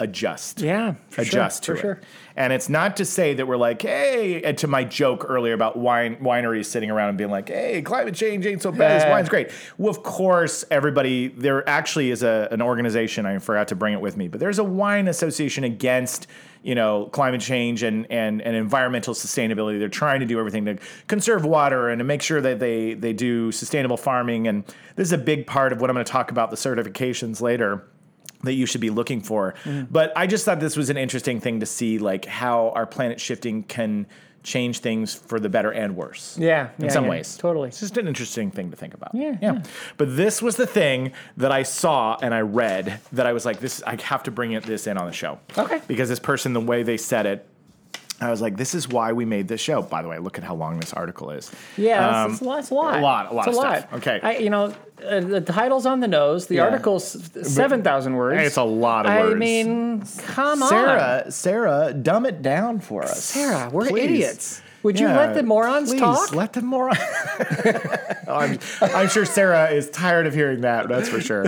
Speaker 3: adjust.
Speaker 2: Yeah. for sure,
Speaker 3: adjust
Speaker 2: for
Speaker 3: to
Speaker 2: sure.
Speaker 3: it. And it's not to say that we're like, hey, and to my joke earlier about wine wineries sitting around and being like, hey, climate change ain't so bad. This
Speaker 2: Yeah.
Speaker 3: wine's great. Well, of course, everybody. There actually is a an organization. I forgot to bring it with me, but there's a wine association against. You know, climate change and, and, and environmental sustainability. They're trying to do everything to conserve water and to make sure that they, they do sustainable farming. And this is a big part of what I'm going to talk about the certifications later that you should be looking for.
Speaker 2: Mm-hmm.
Speaker 3: But I just thought this was an interesting thing to see, like how our planet shifting can change things for the better and worse.
Speaker 2: Yeah,
Speaker 3: in
Speaker 2: yeah,
Speaker 3: some
Speaker 2: yeah,
Speaker 3: ways,
Speaker 2: totally.
Speaker 3: It's just an interesting thing to think about.
Speaker 2: Yeah, yeah.
Speaker 3: But this was the thing that I saw and I read that I was like, this. I have to bring it this in on the show.
Speaker 2: Okay.
Speaker 3: Because this person, the way they said it. I was like, this is why we made this show. By the way, look at how long this article is.
Speaker 2: Yeah,
Speaker 3: Um,
Speaker 2: it's, it's, a lot, it's a lot.
Speaker 3: a lot- a lot
Speaker 2: It's
Speaker 3: of stuff. Okay.
Speaker 2: I, you know, uh, the title's on the nose. The
Speaker 3: Yeah.
Speaker 2: article's seven thousand words.
Speaker 3: It's a lot of
Speaker 2: I
Speaker 3: words.
Speaker 2: mean, come on,
Speaker 3: Sarah, Sarah, dumb it down for us.
Speaker 2: Sarah, we're
Speaker 3: Please.
Speaker 2: idiots. Would you
Speaker 3: Yeah,
Speaker 2: let the morons
Speaker 3: please,
Speaker 2: talk?
Speaker 3: Let the morons. [laughs] I'm, I'm sure Sarah is tired of hearing that. That's for sure.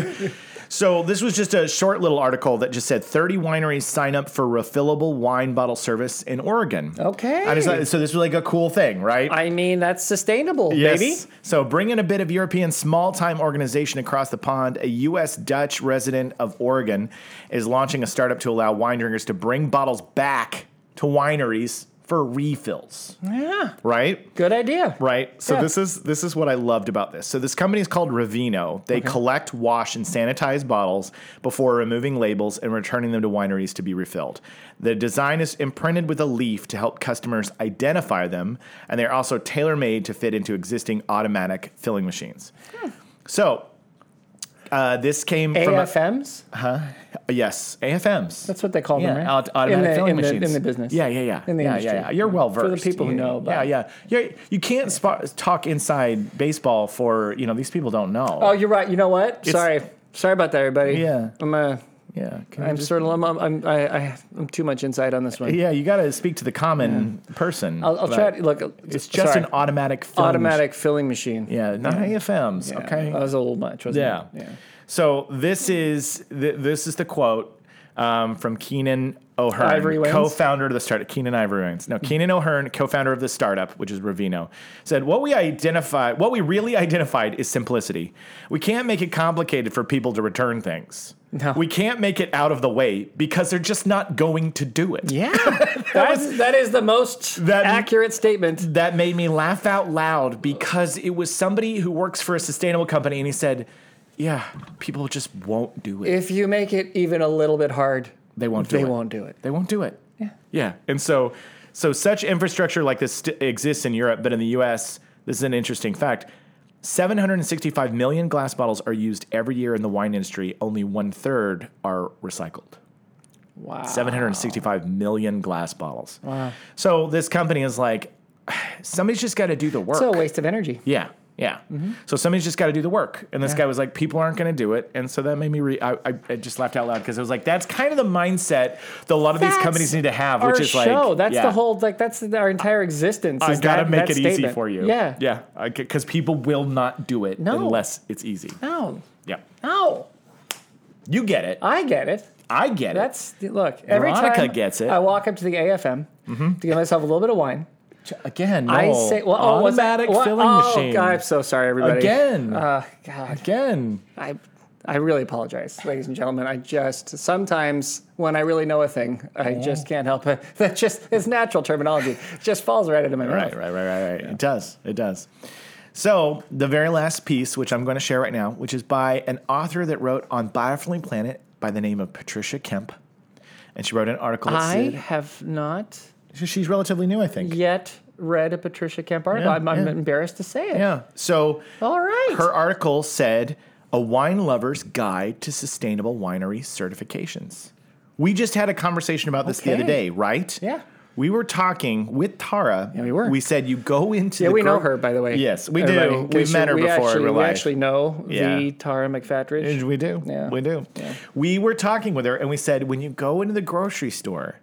Speaker 3: So this was just a short little article that just said 30 wineries sign up for refillable wine bottle service in Oregon.
Speaker 2: Okay.
Speaker 3: I just, thought- so this was like a cool thing, right?
Speaker 2: I mean, that's sustainable, baby.
Speaker 3: So bring in a bit of European small time organization across the pond. A U.S. Dutch resident of Oregon is launching a startup to allow wine drinkers to bring bottles back to wineries for refills.
Speaker 2: Yeah,
Speaker 3: Right?
Speaker 2: good idea.
Speaker 3: Right. So
Speaker 2: Yeah.
Speaker 3: this is this is what I loved about this. So this company is called Ravino. They collect, wash, and sanitize bottles before removing labels and returning them to wineries to be refilled. The design is imprinted with a leaf to help customers identify them, and they're also tailor made to fit into existing automatic filling machines.
Speaker 2: Hmm.
Speaker 3: So uh, this came from
Speaker 2: AFMs.
Speaker 3: a, yes AFMs.
Speaker 2: That's what they call them, right?
Speaker 3: aut- automatic
Speaker 2: in the,
Speaker 3: filling
Speaker 2: in the-
Speaker 3: machines
Speaker 2: in the business.
Speaker 3: Yeah, yeah, yeah.
Speaker 2: In the
Speaker 3: yeah,
Speaker 2: industry.
Speaker 3: yeah, yeah. You're well versed
Speaker 2: For the people who know
Speaker 3: Yeah,
Speaker 2: about
Speaker 3: yeah. You're, you can't spa- talk inside baseball for you know these people don't know.
Speaker 2: Oh, you're right. You know what? Sorry, sorry about that, everybody.
Speaker 3: Yeah.
Speaker 2: I'm a.
Speaker 3: yeah. Can you
Speaker 2: I'm
Speaker 3: just-
Speaker 2: sort of. I'm. I'm. I, I, I'm too much insight on this one.
Speaker 3: Yeah, you got to speak to the common person.
Speaker 2: I'll, I'll
Speaker 3: but
Speaker 2: try. To, look,
Speaker 3: It's just
Speaker 2: sorry.
Speaker 3: an automatic. Film
Speaker 2: automatic Oh, filling machine.
Speaker 3: Yeah, not AFMs. Okay.
Speaker 2: That was a little much, wasn't
Speaker 3: yeah.
Speaker 2: it?
Speaker 3: So this is th- this is the quote um, from Keenan O'Hearn,
Speaker 2: Ivory Wayans?
Speaker 3: co-founder of the startup. Keenan Ivory Wayans. No, Keenan O'Hearn, co-founder of the startup, which is Ravino, said, "What we identify, what we really identified, is simplicity. We can't make it complicated for people to return things."
Speaker 2: No.
Speaker 3: We can't make it out of the way because they're just not going to do it.
Speaker 2: [laughs] Yeah. That's, that is the most
Speaker 3: That-
Speaker 2: accurate statement.
Speaker 3: that made me laugh out loud because it was somebody who works for a sustainable company and he said, Yeah, people just won't do it.
Speaker 2: If you make it even a little bit hard,
Speaker 3: they won't do
Speaker 2: they
Speaker 3: it.
Speaker 2: won't do it.
Speaker 3: They won't do it. Yeah. Yeah. And so, so such infrastructure like this st- exists in Europe, but in the US, this is an interesting fact. 765 million glass bottles are used every year in the wine industry. Only one third are recycled.
Speaker 2: Wow.
Speaker 3: 765 million glass bottles. Wow. So this company is like, [sighs] somebody's just got to do the work.
Speaker 2: It's a waste of energy.
Speaker 3: Yeah, yeah.
Speaker 2: Mm-hmm.
Speaker 3: So somebody's just got to do the work, and this guy was like, "People aren't going to do it," and so that made me. Re- I, I, I just laughed out loud because it was like, "That's kind of the mindset that a lot of these
Speaker 2: That's
Speaker 3: companies need to have,"
Speaker 2: Our
Speaker 3: which is
Speaker 2: show.
Speaker 3: like,
Speaker 2: that's
Speaker 3: yeah,
Speaker 2: the whole. Like that's our entire existence.
Speaker 3: I
Speaker 2: is
Speaker 3: gotta
Speaker 2: that-
Speaker 3: make
Speaker 2: that
Speaker 3: it easy
Speaker 2: statement.
Speaker 3: for you.
Speaker 2: Yeah.
Speaker 3: yeah, because people will not do it
Speaker 2: No.
Speaker 3: unless it's easy.
Speaker 2: No.
Speaker 3: Yeah,
Speaker 2: No.
Speaker 3: you get it.
Speaker 2: I get it.
Speaker 3: I get
Speaker 2: That's look. Every
Speaker 3: Veronica
Speaker 2: time
Speaker 3: gets it. Mm-hmm.
Speaker 2: I walk up to the AFM to get myself a little bit of wine.
Speaker 3: it. Again, no.
Speaker 2: I say, well, oh, what's that?
Speaker 3: automatic
Speaker 2: What-
Speaker 3: filling
Speaker 2: oh,
Speaker 3: machine.
Speaker 2: God, I'm so sorry, everybody.
Speaker 3: Again.
Speaker 2: Uh, God.
Speaker 3: Again,
Speaker 2: I I really apologize, ladies and gentlemen. I just sometimes when I really know a thing, I just can't help it. [laughs] That just is natural terminology. It just falls right into my mouth.
Speaker 3: Right, right, right, right, right. It does. It does. So the very last piece, which I'm going to share right now, which is by an author that wrote on Biofilling Planet by the name of Patricia Kemp, and she wrote an article. That
Speaker 2: I
Speaker 3: said,
Speaker 2: have not
Speaker 3: she's relatively new, I think.
Speaker 2: yet read a Patricia Kemp article.
Speaker 3: Yeah,
Speaker 2: I'm, I'm
Speaker 3: yeah.
Speaker 2: embarrassed to say it.
Speaker 3: Yeah. So
Speaker 2: All Oh, right.
Speaker 3: her article said, "A Wine Lover's Guide to Sustainable Winery Certifications." We just had a conversation about this the other
Speaker 2: Okay.
Speaker 3: day, right?
Speaker 2: Yeah.
Speaker 3: We were talking with Tara. Yeah,
Speaker 2: we were.
Speaker 3: We said you go into.
Speaker 2: Yeah,
Speaker 3: the
Speaker 2: we know
Speaker 3: gro-
Speaker 2: her, by the way.
Speaker 3: Yes, we
Speaker 2: everybody, in
Speaker 3: do.
Speaker 2: case
Speaker 3: We've met
Speaker 2: you-
Speaker 3: her
Speaker 2: we
Speaker 3: before
Speaker 2: Actually,
Speaker 3: in real
Speaker 2: we
Speaker 3: life.
Speaker 2: actually know
Speaker 3: Yeah.
Speaker 2: the Tara McFatridge.
Speaker 3: We do.
Speaker 2: Yeah.
Speaker 3: We do.
Speaker 2: Yeah.
Speaker 3: We were talking with her and we said, when you go into the grocery store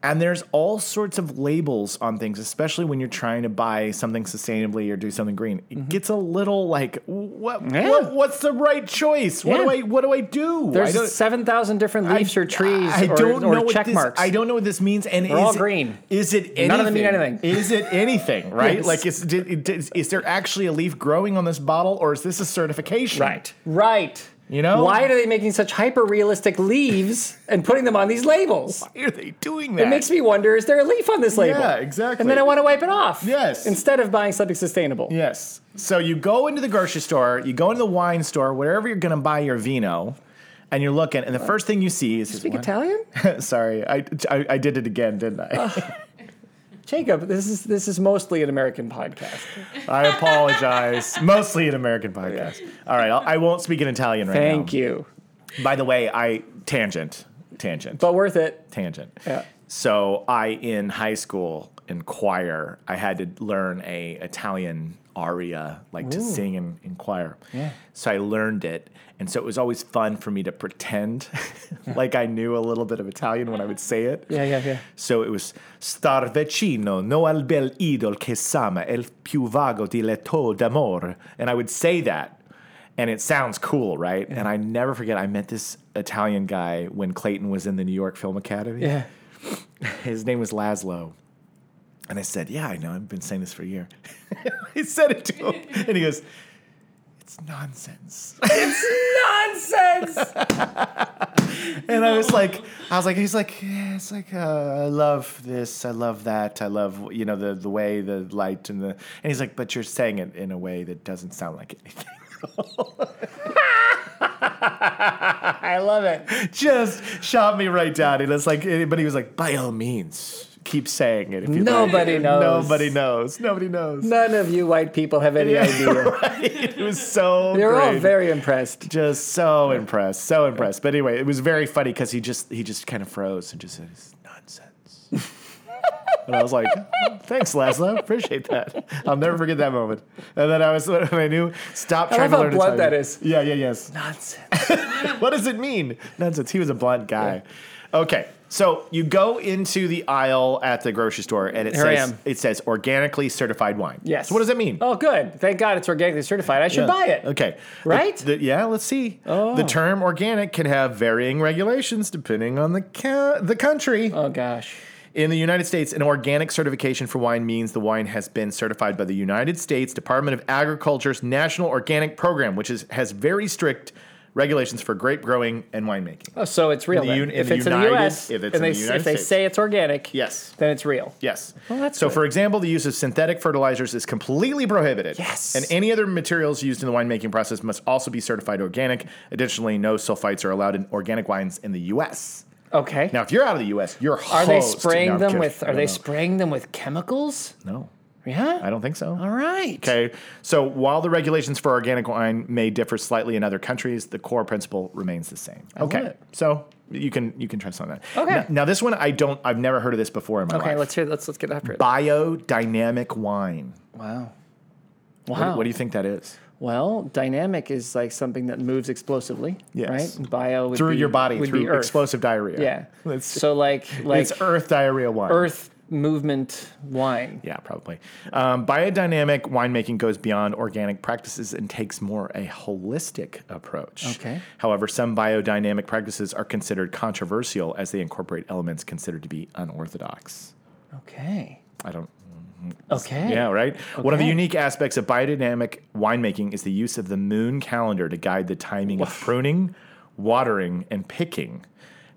Speaker 3: And there's all sorts of labels on things, especially when you're trying to buy something sustainably or do something green. It gets a little like, what,
Speaker 2: Mm-hmm. Yeah.
Speaker 3: what what's the right choice? What do I
Speaker 2: Yeah.
Speaker 3: what do I do? I don't-
Speaker 2: There's seven thousand different leaves or trees
Speaker 3: I
Speaker 2: or,
Speaker 3: don't
Speaker 2: or
Speaker 3: know what
Speaker 2: check
Speaker 3: this,
Speaker 2: marks.
Speaker 3: I don't know what this means. And is
Speaker 2: all
Speaker 3: it-
Speaker 2: green.
Speaker 3: Is it anything?
Speaker 2: None of them mean anything.
Speaker 3: [laughs] Is it anything? Right?
Speaker 2: Yes.
Speaker 3: Like, is, did, did, is there actually a leaf growing on this bottle, or is this a certification?
Speaker 2: Right. Right.
Speaker 3: You know?
Speaker 2: why are they making such hyper realistic
Speaker 3: [laughs]
Speaker 2: leaves and putting them on these labels?
Speaker 3: Why are they doing that?
Speaker 2: It makes me wonder: is there a leaf on this label?
Speaker 3: Yeah, exactly.
Speaker 2: And then I want to wipe it off.
Speaker 3: Yes.
Speaker 2: Instead of buying something sustainable.
Speaker 3: Yes. So you go into the grocery store, you go into the wine store, wherever you're going to buy your vino, and you're looking, and the first thing you see is
Speaker 2: Speak
Speaker 3: [laughs]
Speaker 2: Italian, Oh.
Speaker 3: Sorry, I, I I did it again, didn't I?
Speaker 2: Jacob. This is this is mostly an American podcast.
Speaker 3: [laughs] I apologize. Mostly an American podcast. All right, I'll, I won't speak in Italian right now.
Speaker 2: Oh, Thank you,
Speaker 3: By the way, I tangent, tangent,
Speaker 2: but worth it.
Speaker 3: tangent.
Speaker 2: Yeah.
Speaker 3: So I in high school in choir, I had to learn a Italian aria like to sing in, in choir. Yeah. So I learned it, and so it was always fun for me to pretend [laughs] like I knew a little bit of Italian when I would say it.
Speaker 2: Yeah, yeah, yeah.
Speaker 3: So it was star vecino, no al bel idol che s'ama, è il più vago di letto d'amor. And I would say that. And it sounds cool, right? And I never forget, I met this Italian guy when Clayton was in the New York Film Academy.
Speaker 2: Yeah.
Speaker 3: His name was Laszlo. And I said, Yeah, I know. I've been saying this for a year. [laughs] I said it to him. And he goes, It's nonsense.
Speaker 2: Nonsense.
Speaker 3: [laughs] And I was like, I was like, he's like, yeah, it's like, uh, I love this, I love that, I love, you know, the the way, the light, and the, and he's like, but you're saying it in a way that doesn't sound like anything. [laughs]
Speaker 2: I love it.
Speaker 3: Just shot me right down. And it's like, eh, but he was like, by all means, keep saying it. If you
Speaker 2: Nobody
Speaker 3: like.
Speaker 2: knows.
Speaker 3: Nobody knows. Nobody knows.
Speaker 2: None of you white people have any idea.
Speaker 3: Right? It was so.
Speaker 2: [laughs] They're all
Speaker 3: great.
Speaker 2: very impressed.
Speaker 3: Just so impressed, so impressed. But anyway, it was very funny because he just he just kind of froze and just said, "It's nonsense."
Speaker 2: [laughs]
Speaker 3: and I was like, "Thanks, Laszlo, appreciate that. I'll never forget that moment." And then I was [laughs] when I knew, stop
Speaker 2: love
Speaker 3: trying to
Speaker 2: how
Speaker 3: learn
Speaker 2: blunt that
Speaker 3: Italian.
Speaker 2: is.
Speaker 3: Yeah, yeah, yes.
Speaker 2: Nonsense.
Speaker 3: what does it mean? Nonsense. He was a blunt guy. Okay. So you go into the aisle at the grocery store and it
Speaker 2: Here I
Speaker 3: says
Speaker 2: am.
Speaker 3: it says organically certified wine.
Speaker 2: Yes.
Speaker 3: So what does that mean?
Speaker 2: Oh, good. Thank God it's organically certified. I should
Speaker 3: Yeah.
Speaker 2: buy it.
Speaker 3: Okay. The-
Speaker 2: Right? Oh.
Speaker 3: the- yeah, let's see. The term organic can have varying regulations depending on the ca- the country.
Speaker 2: Oh gosh.
Speaker 3: In the United States, an organic certification for wine means the wine has been certified by the United States Department of Agriculture's National Organic Program, which is has very strict regulations for grape growing and winemaking.
Speaker 2: Oh, so it's real.
Speaker 3: In the
Speaker 2: then.
Speaker 3: un- in
Speaker 2: if
Speaker 3: the
Speaker 2: it's in
Speaker 3: United-
Speaker 2: the U.S.
Speaker 3: if it's in
Speaker 2: and they,
Speaker 3: the
Speaker 2: s-
Speaker 3: United
Speaker 2: if they
Speaker 3: States.
Speaker 2: say it's organic,
Speaker 3: Yes.
Speaker 2: then it's real.
Speaker 3: Yes.
Speaker 2: Well, that's
Speaker 3: so,
Speaker 2: good.
Speaker 3: for example, the use of synthetic fertilizers is completely prohibited.
Speaker 2: Yes.
Speaker 3: And any other materials used in the winemaking process must also be certified organic. Additionally, no sulfites are allowed in organic wines in the U.S.
Speaker 2: Okay.
Speaker 3: Now, if you're out of the U.S., you're
Speaker 2: are they
Speaker 3: hosed.
Speaker 2: spraying
Speaker 3: No, I'm
Speaker 2: them
Speaker 3: kidding.
Speaker 2: with? Are
Speaker 3: I don't
Speaker 2: they
Speaker 3: know.
Speaker 2: spraying them with chemicals?
Speaker 3: no,
Speaker 2: Yeah.
Speaker 3: I don't think so.
Speaker 2: All right.
Speaker 3: Okay. So, while the regulations for organic wine may differ slightly in other countries, the core principle remains the same. okay.
Speaker 2: it.
Speaker 3: So you can you can trust on that.
Speaker 2: Okay.
Speaker 3: Now, now this one I don't. I've never heard of this before in my
Speaker 2: Okay.
Speaker 3: life.
Speaker 2: Let's hear. Let's let's get after it.
Speaker 3: Biodynamic wine.
Speaker 2: Wow.
Speaker 3: What-
Speaker 2: Wow.
Speaker 3: what do you think that is?
Speaker 2: Well, dynamic is like something that moves explosively.
Speaker 3: Yes.
Speaker 2: Right. Bio would
Speaker 3: through
Speaker 2: be-
Speaker 3: your body
Speaker 2: would be
Speaker 3: through
Speaker 2: earth.
Speaker 3: explosive diarrhea.
Speaker 2: Yeah.
Speaker 3: [laughs] It's,
Speaker 2: so like like
Speaker 3: it's earth diarrhea wine.
Speaker 2: earth movement wine.
Speaker 3: Yeah, probably. Um, biodynamic winemaking goes beyond organic practices and takes more a holistic approach.
Speaker 2: Okay.
Speaker 3: However, some biodynamic practices are considered controversial as they incorporate elements considered to be unorthodox.
Speaker 2: Okay.
Speaker 3: I don't.
Speaker 2: Okay.
Speaker 3: Yeah, right? One of the
Speaker 2: Okay.
Speaker 3: unique aspects of biodynamic winemaking is the use of the moon calendar to guide the timing of pruning, watering, and picking.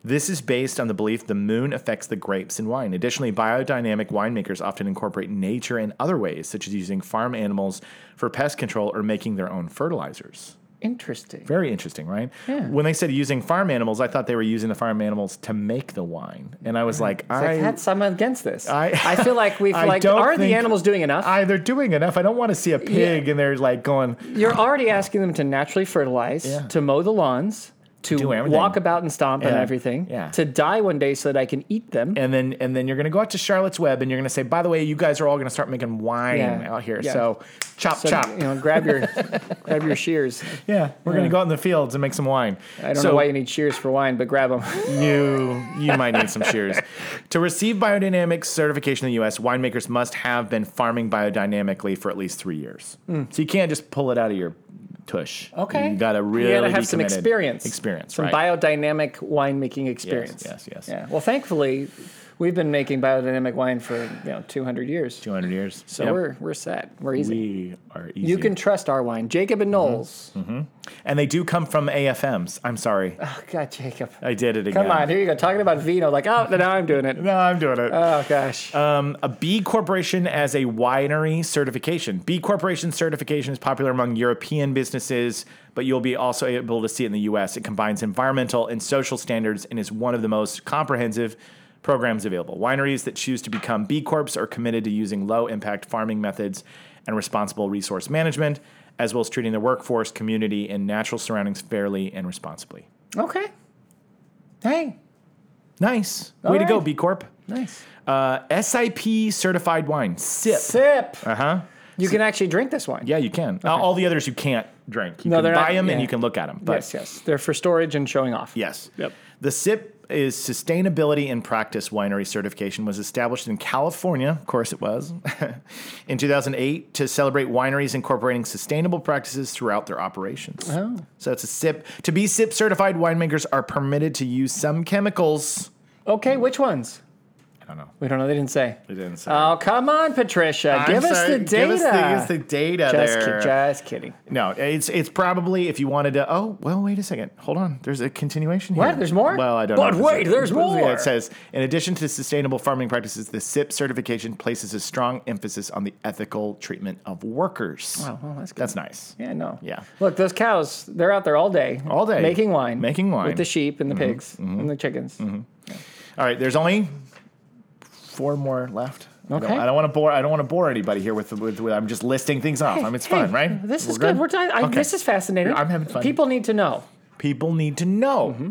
Speaker 3: This is based on the belief the moon affects the grapes in wine. Additionally, biodynamic winemakers often incorporate nature in other ways, such as using farm animals for pest control or making their own fertilizers.
Speaker 2: Interesting.
Speaker 3: Very interesting, right?
Speaker 2: Yeah.
Speaker 3: When they said using farm animals, I thought they were using the farm animals to make the wine. And I was like,
Speaker 2: It's
Speaker 3: I
Speaker 2: like, that's I'm against this.
Speaker 3: I-
Speaker 2: I, feel like we've
Speaker 3: [laughs] I
Speaker 2: like
Speaker 3: don't
Speaker 2: are the
Speaker 3: think-
Speaker 2: animals doing enough?
Speaker 3: I, they're doing enough. I don't want to see a pig and they're like going,
Speaker 2: You're already asking them to naturally fertilize,
Speaker 3: Yeah.
Speaker 2: to mow the lawns, to
Speaker 3: Do everything.
Speaker 2: walk about and stomp and
Speaker 3: Yeah.
Speaker 2: everything,
Speaker 3: Yeah.
Speaker 2: to die one day so that I can eat them.
Speaker 3: and then and then you're gonna go out to Charlotte's Web and you're gonna say, by the way, you guys are all gonna start making wine
Speaker 2: Yeah.
Speaker 3: out here.
Speaker 2: Yeah.
Speaker 3: So chop
Speaker 2: so
Speaker 3: chop.
Speaker 2: you know, grab
Speaker 3: [laughs]
Speaker 2: your grab your shears.
Speaker 3: yeah, we're gonna go out in the fields and make some wine.
Speaker 2: I don't know why you need shears for wine, but grab them. [laughs]
Speaker 3: you you might need some shears. To receive biodynamics certification in the U.S., winemakers must have been farming biodynamically for at least three years. So you can't just pull it out of your tush.
Speaker 2: Hmm. Okay.
Speaker 3: you gotta really
Speaker 2: gotta
Speaker 3: be
Speaker 2: have some
Speaker 3: committed.
Speaker 2: experience.
Speaker 3: Experience,
Speaker 2: Some
Speaker 3: right?
Speaker 2: biodynamic winemaking experience.
Speaker 3: yes, yes.
Speaker 2: Yeah. Well, thankfully, we've been making biodynamic wine for you know 200 years.
Speaker 3: Two hundred years.
Speaker 2: So
Speaker 3: Yep.
Speaker 2: we're we're set. We're easy.
Speaker 3: we Mm-hmm. are easy.
Speaker 2: you can trust our wine, Jacob and Knowles.
Speaker 3: and they do come from AFMs.
Speaker 2: [sighs]
Speaker 3: I'm sorry,
Speaker 2: Oh God, Jacob.
Speaker 3: I did it again.
Speaker 2: Come on, here you go talking about vino. Like, oh, now I'm doing it.
Speaker 3: [laughs] No, I'm doing it.
Speaker 2: Oh gosh.
Speaker 3: Um, a B Corporation as a winery certification. B Corporation certification is popular among European businesses, but you'll be also able to see it in the US. It combines environmental and social standards and is one of the most comprehensive programs available. Wineries that choose to become B Corps are committed to using low impact farming methods and responsible resource management, as well as treating their workforce, community, and natural surroundings fairly and responsibly.
Speaker 2: okay. Hey,
Speaker 3: Nice.
Speaker 2: All
Speaker 3: Way to go,
Speaker 2: right.
Speaker 3: B Corp.
Speaker 2: nice.
Speaker 3: Uh, SIP certified wine, SIP.
Speaker 2: Sip.
Speaker 3: Uh huh.
Speaker 2: You can actually drink this wine.
Speaker 3: Yeah, you can. Uh, all the others you can't drink. You
Speaker 2: No,
Speaker 3: can
Speaker 2: they're
Speaker 3: buy
Speaker 2: not-
Speaker 3: them and
Speaker 2: yeah.
Speaker 3: you can look at them. But
Speaker 2: Yes, yes. They're for storage and showing off.
Speaker 3: yes.
Speaker 2: Yep.
Speaker 3: The SIP is Sustainability in Practice Winery Certification was established in California, of course it was, [laughs] in 2008 to celebrate wineries incorporating sustainable practices throughout their operations. Oh. So it's a SIP. To be SIP certified, winemakers are permitted to use some chemicals.
Speaker 2: Okay, which ones?
Speaker 3: I don't know.
Speaker 2: We don't know. They didn't say.
Speaker 3: They didn't say.
Speaker 2: Oh, come on, Patricia. give, us the data.
Speaker 3: Give us the, give us the data
Speaker 2: just,
Speaker 3: there.
Speaker 2: ki- just kidding.
Speaker 3: No, it's it's probably if you wanted to. Oh well, wait a second. Hold on. There's a continuation here.
Speaker 2: What? There's more?
Speaker 3: Well, I don't.
Speaker 2: But
Speaker 3: know if it's-
Speaker 2: wait, there's
Speaker 3: Yeah,
Speaker 2: more.
Speaker 3: It says in addition to sustainable farming practices, the SIP certification places a strong emphasis on the ethical treatment of workers.
Speaker 2: Wow, Oh, well, that's good.
Speaker 3: That's nice.
Speaker 2: Yeah, no.
Speaker 3: Yeah.
Speaker 2: Look, those cows, they're out there all day.
Speaker 3: All day.
Speaker 2: Making wine.
Speaker 3: Making wine. Mm-hmm.
Speaker 2: With the sheep and the pigs and the chickens.
Speaker 3: All right. There's only four more left. I don't-
Speaker 2: Okay.
Speaker 3: I don't want to bore. I don't want to bore anybody here with, with with. I'm just listing things off. I mean, it's
Speaker 2: Hey,
Speaker 3: fun, right?
Speaker 2: This is
Speaker 3: We're
Speaker 2: good. We're talking. I
Speaker 3: Okay.
Speaker 2: This is fascinating.
Speaker 3: I'm having fun.
Speaker 2: People need to know.
Speaker 3: people need to know.
Speaker 2: Mm-hmm.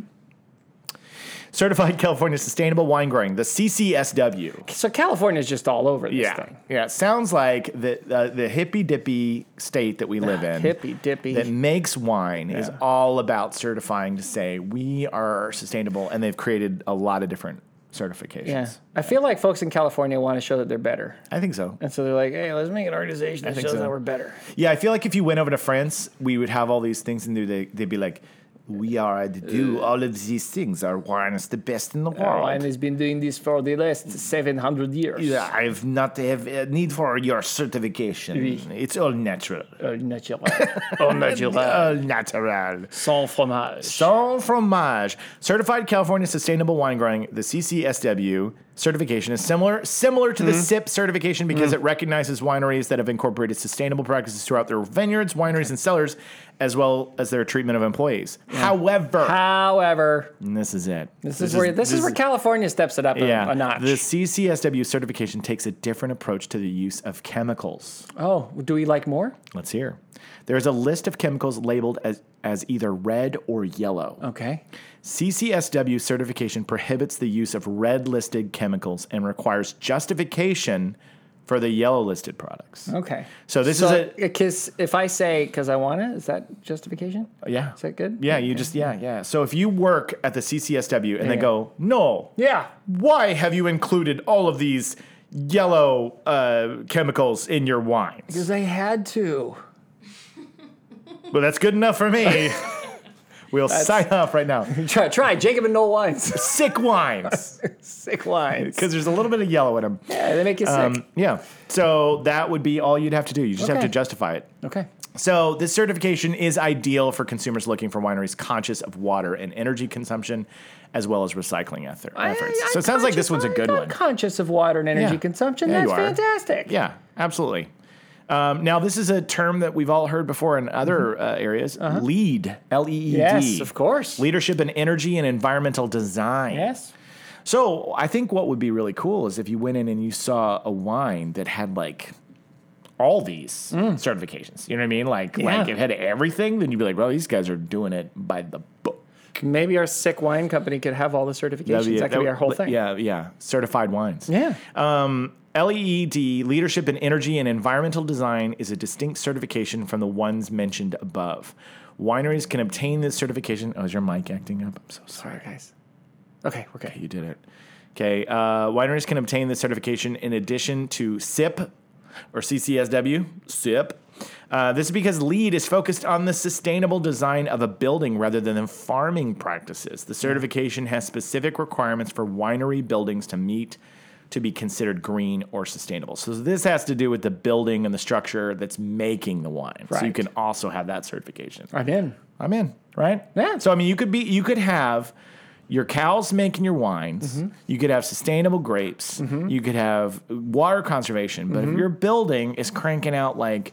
Speaker 3: Certified [laughs] California Sustainable Wine Growing, the CCSW.
Speaker 2: So California's just all over this thing.
Speaker 3: yeah. It sounds like the uh, the hippy dippy state that we live in.
Speaker 2: Ah, Hippy dippy.
Speaker 3: That makes wine is all about certifying to say we are sustainable, and they've created a lot of different certifications.
Speaker 2: yeah. I feel like folks in California want to show that they're better.
Speaker 3: I think so.
Speaker 2: And so they're like, hey, let's make an organization that
Speaker 3: think
Speaker 2: shows
Speaker 3: so.
Speaker 2: that we're better.
Speaker 3: Yeah, I feel like if you went over to France, we would have all these things, and they they'd be like, "We are to do
Speaker 2: Uh,
Speaker 3: all of these things. Our wine is the best in the world.
Speaker 2: Caroline has Oh, been doing this for the last 700 years.
Speaker 3: Yeah, I have not have a need for your certification. It's all natural.
Speaker 2: Au [laughs] naturel. Au naturel.
Speaker 3: All natural.
Speaker 2: Sans fromage.
Speaker 3: Sans fromage. Certified California Sustainable Wine Growing, the CCSW certification is similar similar to the
Speaker 2: Mm-hmm.
Speaker 3: SIP certification because it recognizes wineries that have incorporated sustainable practices throughout their vineyards, wineries, and cellars, as well as their treatment of employees. However,
Speaker 2: However,
Speaker 3: and this is it.
Speaker 2: this is where this, is where California steps it up a-
Speaker 3: yeah,
Speaker 2: a, notch.
Speaker 3: the CCSW certification takes a different approach to the use of chemicals.
Speaker 2: oh, do we like more?
Speaker 3: Let's hear. There's a list of chemicals labeled as, as either red or yellow.
Speaker 2: Okay.
Speaker 3: CCSW certification prohibits the use of red listed chemicals and requires justification for the yellow listed products.
Speaker 2: Okay.
Speaker 3: So this is a
Speaker 2: kiss. If I say because I want it, is that justification?
Speaker 3: yeah.
Speaker 2: Is that good?
Speaker 3: Yeah, you just yeah, yeah. So if you work at the CCSW and they
Speaker 2: yeah.
Speaker 3: go, "No.
Speaker 2: Yeah.
Speaker 3: Why have you included all of these yellow uh, chemicals in your wines?"
Speaker 2: Because they had to.
Speaker 3: Well, that's good enough
Speaker 2: [laughs]
Speaker 3: for me. we'll sign off right now.
Speaker 2: Try, try Jacob and Noel wines. [laughs]
Speaker 3: Sick wines.
Speaker 2: sick wines.
Speaker 3: because there's a little bit of yellow in them.
Speaker 2: Yeah, they make you sick.
Speaker 3: Um, yeah. So that would be all you'd have to do. You just have
Speaker 2: Okay.
Speaker 3: to justify it.
Speaker 2: okay.
Speaker 3: So this certification is ideal for consumers looking for wineries conscious of water and energy consumption, as well as recycling effort, efforts. so it sounds like this one's a good one.
Speaker 2: Conscious of water and energy
Speaker 3: Yeah.
Speaker 2: consumption.
Speaker 3: Yeah, you
Speaker 2: That's
Speaker 3: are.
Speaker 2: fantastic.
Speaker 3: Yeah, absolutely. Um, now this is a term that we've all heard before in other uh, areas. Lead, L E E D.
Speaker 2: Mm-hmm. Uh-huh. Yes, of course.
Speaker 3: Leadership in energy and environmental design.
Speaker 2: Yes.
Speaker 3: So I think what would be really cool is if you went in and you saw a wine that had like all these certifications. You know what I mean? Like like
Speaker 2: Mm. Yeah.
Speaker 3: it had everything, then you'd be like, well, these guys are doing it by the book.
Speaker 2: Maybe our sick wine company could have all the certifications.
Speaker 3: That'd
Speaker 2: that could be
Speaker 3: would-
Speaker 2: our whole
Speaker 3: but-
Speaker 2: thing.
Speaker 3: Yeah, yeah. Certified wines.
Speaker 2: Yeah.
Speaker 3: Um, LEED, Leadership in Energy and Environmental Design, is a distinct certification from the ones mentioned above. Wineries can obtain this certification. Oh, is your mic acting up? I'm so sorry.
Speaker 2: All right, guys. Okay, we're good.
Speaker 3: You did it. Okay, uh, wineries can obtain this certification in addition to SIP or CCSW, SIP. Uh, this is because LEED is focused on the sustainable design of a building rather than the farming practices. The certification has specific requirements for winery buildings to meet to be considered green or sustainable. So this has to do with the building and the structure that's making the wine. So you
Speaker 2: Right.
Speaker 3: can also have that certification.
Speaker 2: I'm in.
Speaker 3: I'm in, right?
Speaker 2: Yeah.
Speaker 3: So I mean, you could be, you could have your cows making your wines.
Speaker 2: Mm-hmm.
Speaker 3: You could have sustainable grapes. You could have water conservation.
Speaker 2: Mm-hmm.
Speaker 3: But if your building is cranking out like,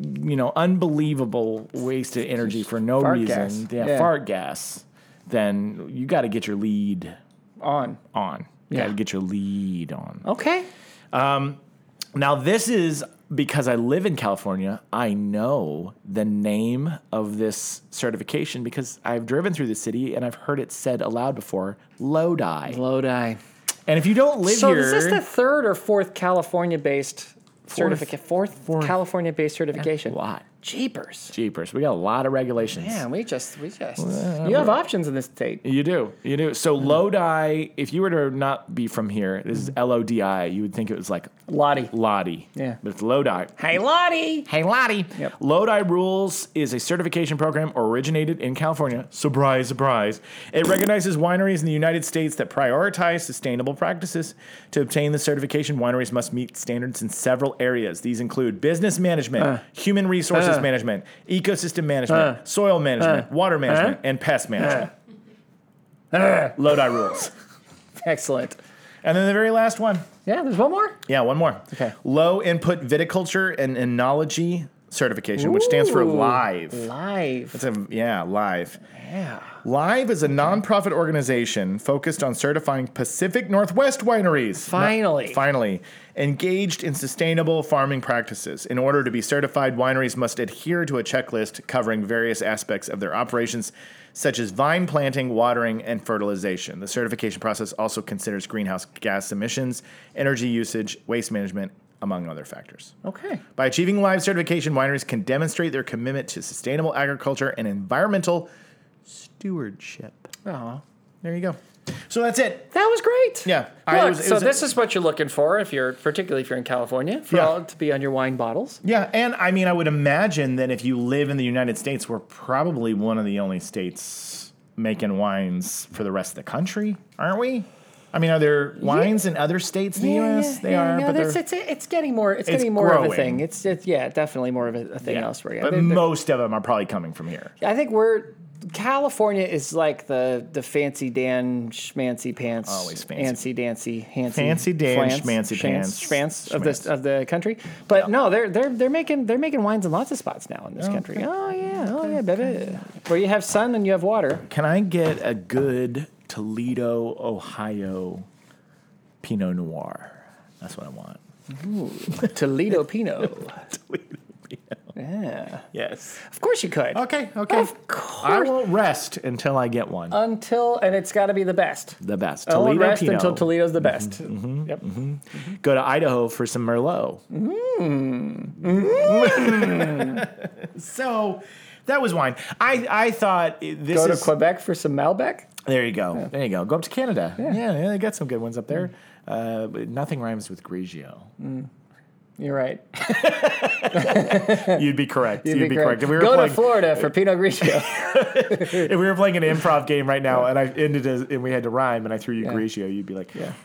Speaker 3: you know, unbelievable wasted energy for no
Speaker 2: Fart
Speaker 3: reason,
Speaker 2: gas.
Speaker 3: Yeah,
Speaker 2: Yeah.
Speaker 3: fart gas, then you got to get your lead
Speaker 2: On.
Speaker 3: on. You Got
Speaker 2: Yeah.
Speaker 3: to get your lead on.
Speaker 2: Okay.
Speaker 3: Now, this is because I live in California. I know the name of this certification because I've driven through the city and I've heard it said aloud before Lodi.
Speaker 2: Lodi.
Speaker 3: And if you don't live
Speaker 2: So
Speaker 3: here,
Speaker 2: is this the third or fourth California-based certificate? Fourth, California-based certification.
Speaker 3: a lot
Speaker 2: Jeepers.
Speaker 3: cheaper. So we got a lot of regulations.
Speaker 2: Man, we just, we just,
Speaker 3: uh,
Speaker 2: you have options in this state.
Speaker 3: You do. You do. So
Speaker 2: Mm.
Speaker 3: Lodi, if you were to not be from here, this is L O D I, you would think it was like
Speaker 2: Lottie.
Speaker 3: Lodi.
Speaker 2: Yeah.
Speaker 3: But it's Lodi.
Speaker 2: Hey, Lottie.
Speaker 3: Hey, Lottie.
Speaker 2: Yep.
Speaker 3: Lodi Rules is a certification program originated in California. Surprise, surprise. It recognizes wineries in the United States that prioritize sustainable practices. To obtain the certification, wineries must meet standards in several areas. These include business management, human resources
Speaker 2: Uh.
Speaker 3: management, ecosystem management, soil management, water management,
Speaker 2: Uh.
Speaker 3: and pest management. Lodi Rules.
Speaker 2: Excellent.
Speaker 3: And then the very last one.
Speaker 2: Yeah, there's one more.
Speaker 3: Yeah, one more.
Speaker 2: Okay.
Speaker 3: Low input viticulture and enology certification, which stands for
Speaker 2: Ooh,
Speaker 3: live.
Speaker 2: Live.
Speaker 3: It's a, yeah, live.
Speaker 2: Yeah.
Speaker 3: Live is a nonprofit organization focused on certifying Pacific Northwest wineries.
Speaker 2: Finally.
Speaker 3: Not- finally, engaged in sustainable farming practices. In order to be certified, wineries must adhere to a checklist covering various aspects of their operations, such as vine planting, watering, and fertilization. The certification process also considers greenhouse gas emissions, energy usage, waste management, among other factors.
Speaker 2: Okay.
Speaker 3: By achieving live certification, wineries can demonstrate their commitment to sustainable agriculture and environmental stewardship.
Speaker 2: Oh,
Speaker 3: There you go. So that's it.
Speaker 2: that was great.
Speaker 3: Yeah.
Speaker 2: Look,
Speaker 3: I- it was- it
Speaker 2: so
Speaker 3: was a-
Speaker 2: this is what you're looking for if you're, particularly if you're in California, for
Speaker 3: Yeah.
Speaker 2: all to be on your wine bottles.
Speaker 3: Yeah, and I mean, I would imagine that if you live in the United States, we're probably one of the only states making wines for the rest of the country, aren't we? I mean, are there wines in other states in the U.S.? they are,
Speaker 2: no,
Speaker 3: but
Speaker 2: that's-
Speaker 3: they're
Speaker 2: it's, it's getting more. It's,
Speaker 3: It's
Speaker 2: getting more of
Speaker 3: growing.
Speaker 2: a thing. It's, it's yeah, definitely more of a, a thing
Speaker 3: yeah.
Speaker 2: elsewhere.
Speaker 3: But
Speaker 2: They- they-
Speaker 3: most of them are probably coming from here.
Speaker 2: I think we're California is like the the fancy Dan schmancy pants,
Speaker 3: Always fancy.
Speaker 2: ancy dancy, hancy,
Speaker 3: Fancy Dan
Speaker 2: flance,
Speaker 3: schmancy pants,
Speaker 2: schmance, schmance of this of the country. But no, they're they're they're making they're making wines in lots of spots now in this country. Oh yeah, oh yeah, baby. Where you have sun and you have
Speaker 3: [laughs]
Speaker 2: water.
Speaker 3: Can I get a good Toledo, Ohio Pinot Noir? That's what I want.
Speaker 2: Toledo Pinot. Yeah,
Speaker 3: Yes.
Speaker 2: of course you could.
Speaker 3: Okay, okay.
Speaker 2: Of
Speaker 3: I
Speaker 2: course.
Speaker 3: won't rest until I get one.
Speaker 2: Until and it's got to be the best.
Speaker 3: the best.
Speaker 2: I won't
Speaker 3: Toledo
Speaker 2: rest
Speaker 3: Pinot. Mm-hmm.
Speaker 2: until Toledo's the best. Yep.
Speaker 3: Go to Idaho for some Merlot.
Speaker 2: Mm.
Speaker 3: [laughs] so that was wine. I, I thought i- this
Speaker 2: Go to
Speaker 3: is
Speaker 2: Quebec for some Malbec.
Speaker 3: There you go. There you go. Go up to Canada. Yeah, yeah, they got some good ones up there.
Speaker 2: Mm.
Speaker 3: Uh, but nothing rhymes with Grigio.
Speaker 2: You're right.
Speaker 3: You'd be correct. You'd,
Speaker 2: You'd
Speaker 3: be
Speaker 2: correct.
Speaker 3: correct. If we were
Speaker 2: Go
Speaker 3: playing-
Speaker 2: to Florida for Pinot Grigio.
Speaker 3: if we were playing an improv game right now and I ended as, and we had to rhyme and I threw you Grigio, you'd be like,
Speaker 2: yeah.
Speaker 3: [laughs]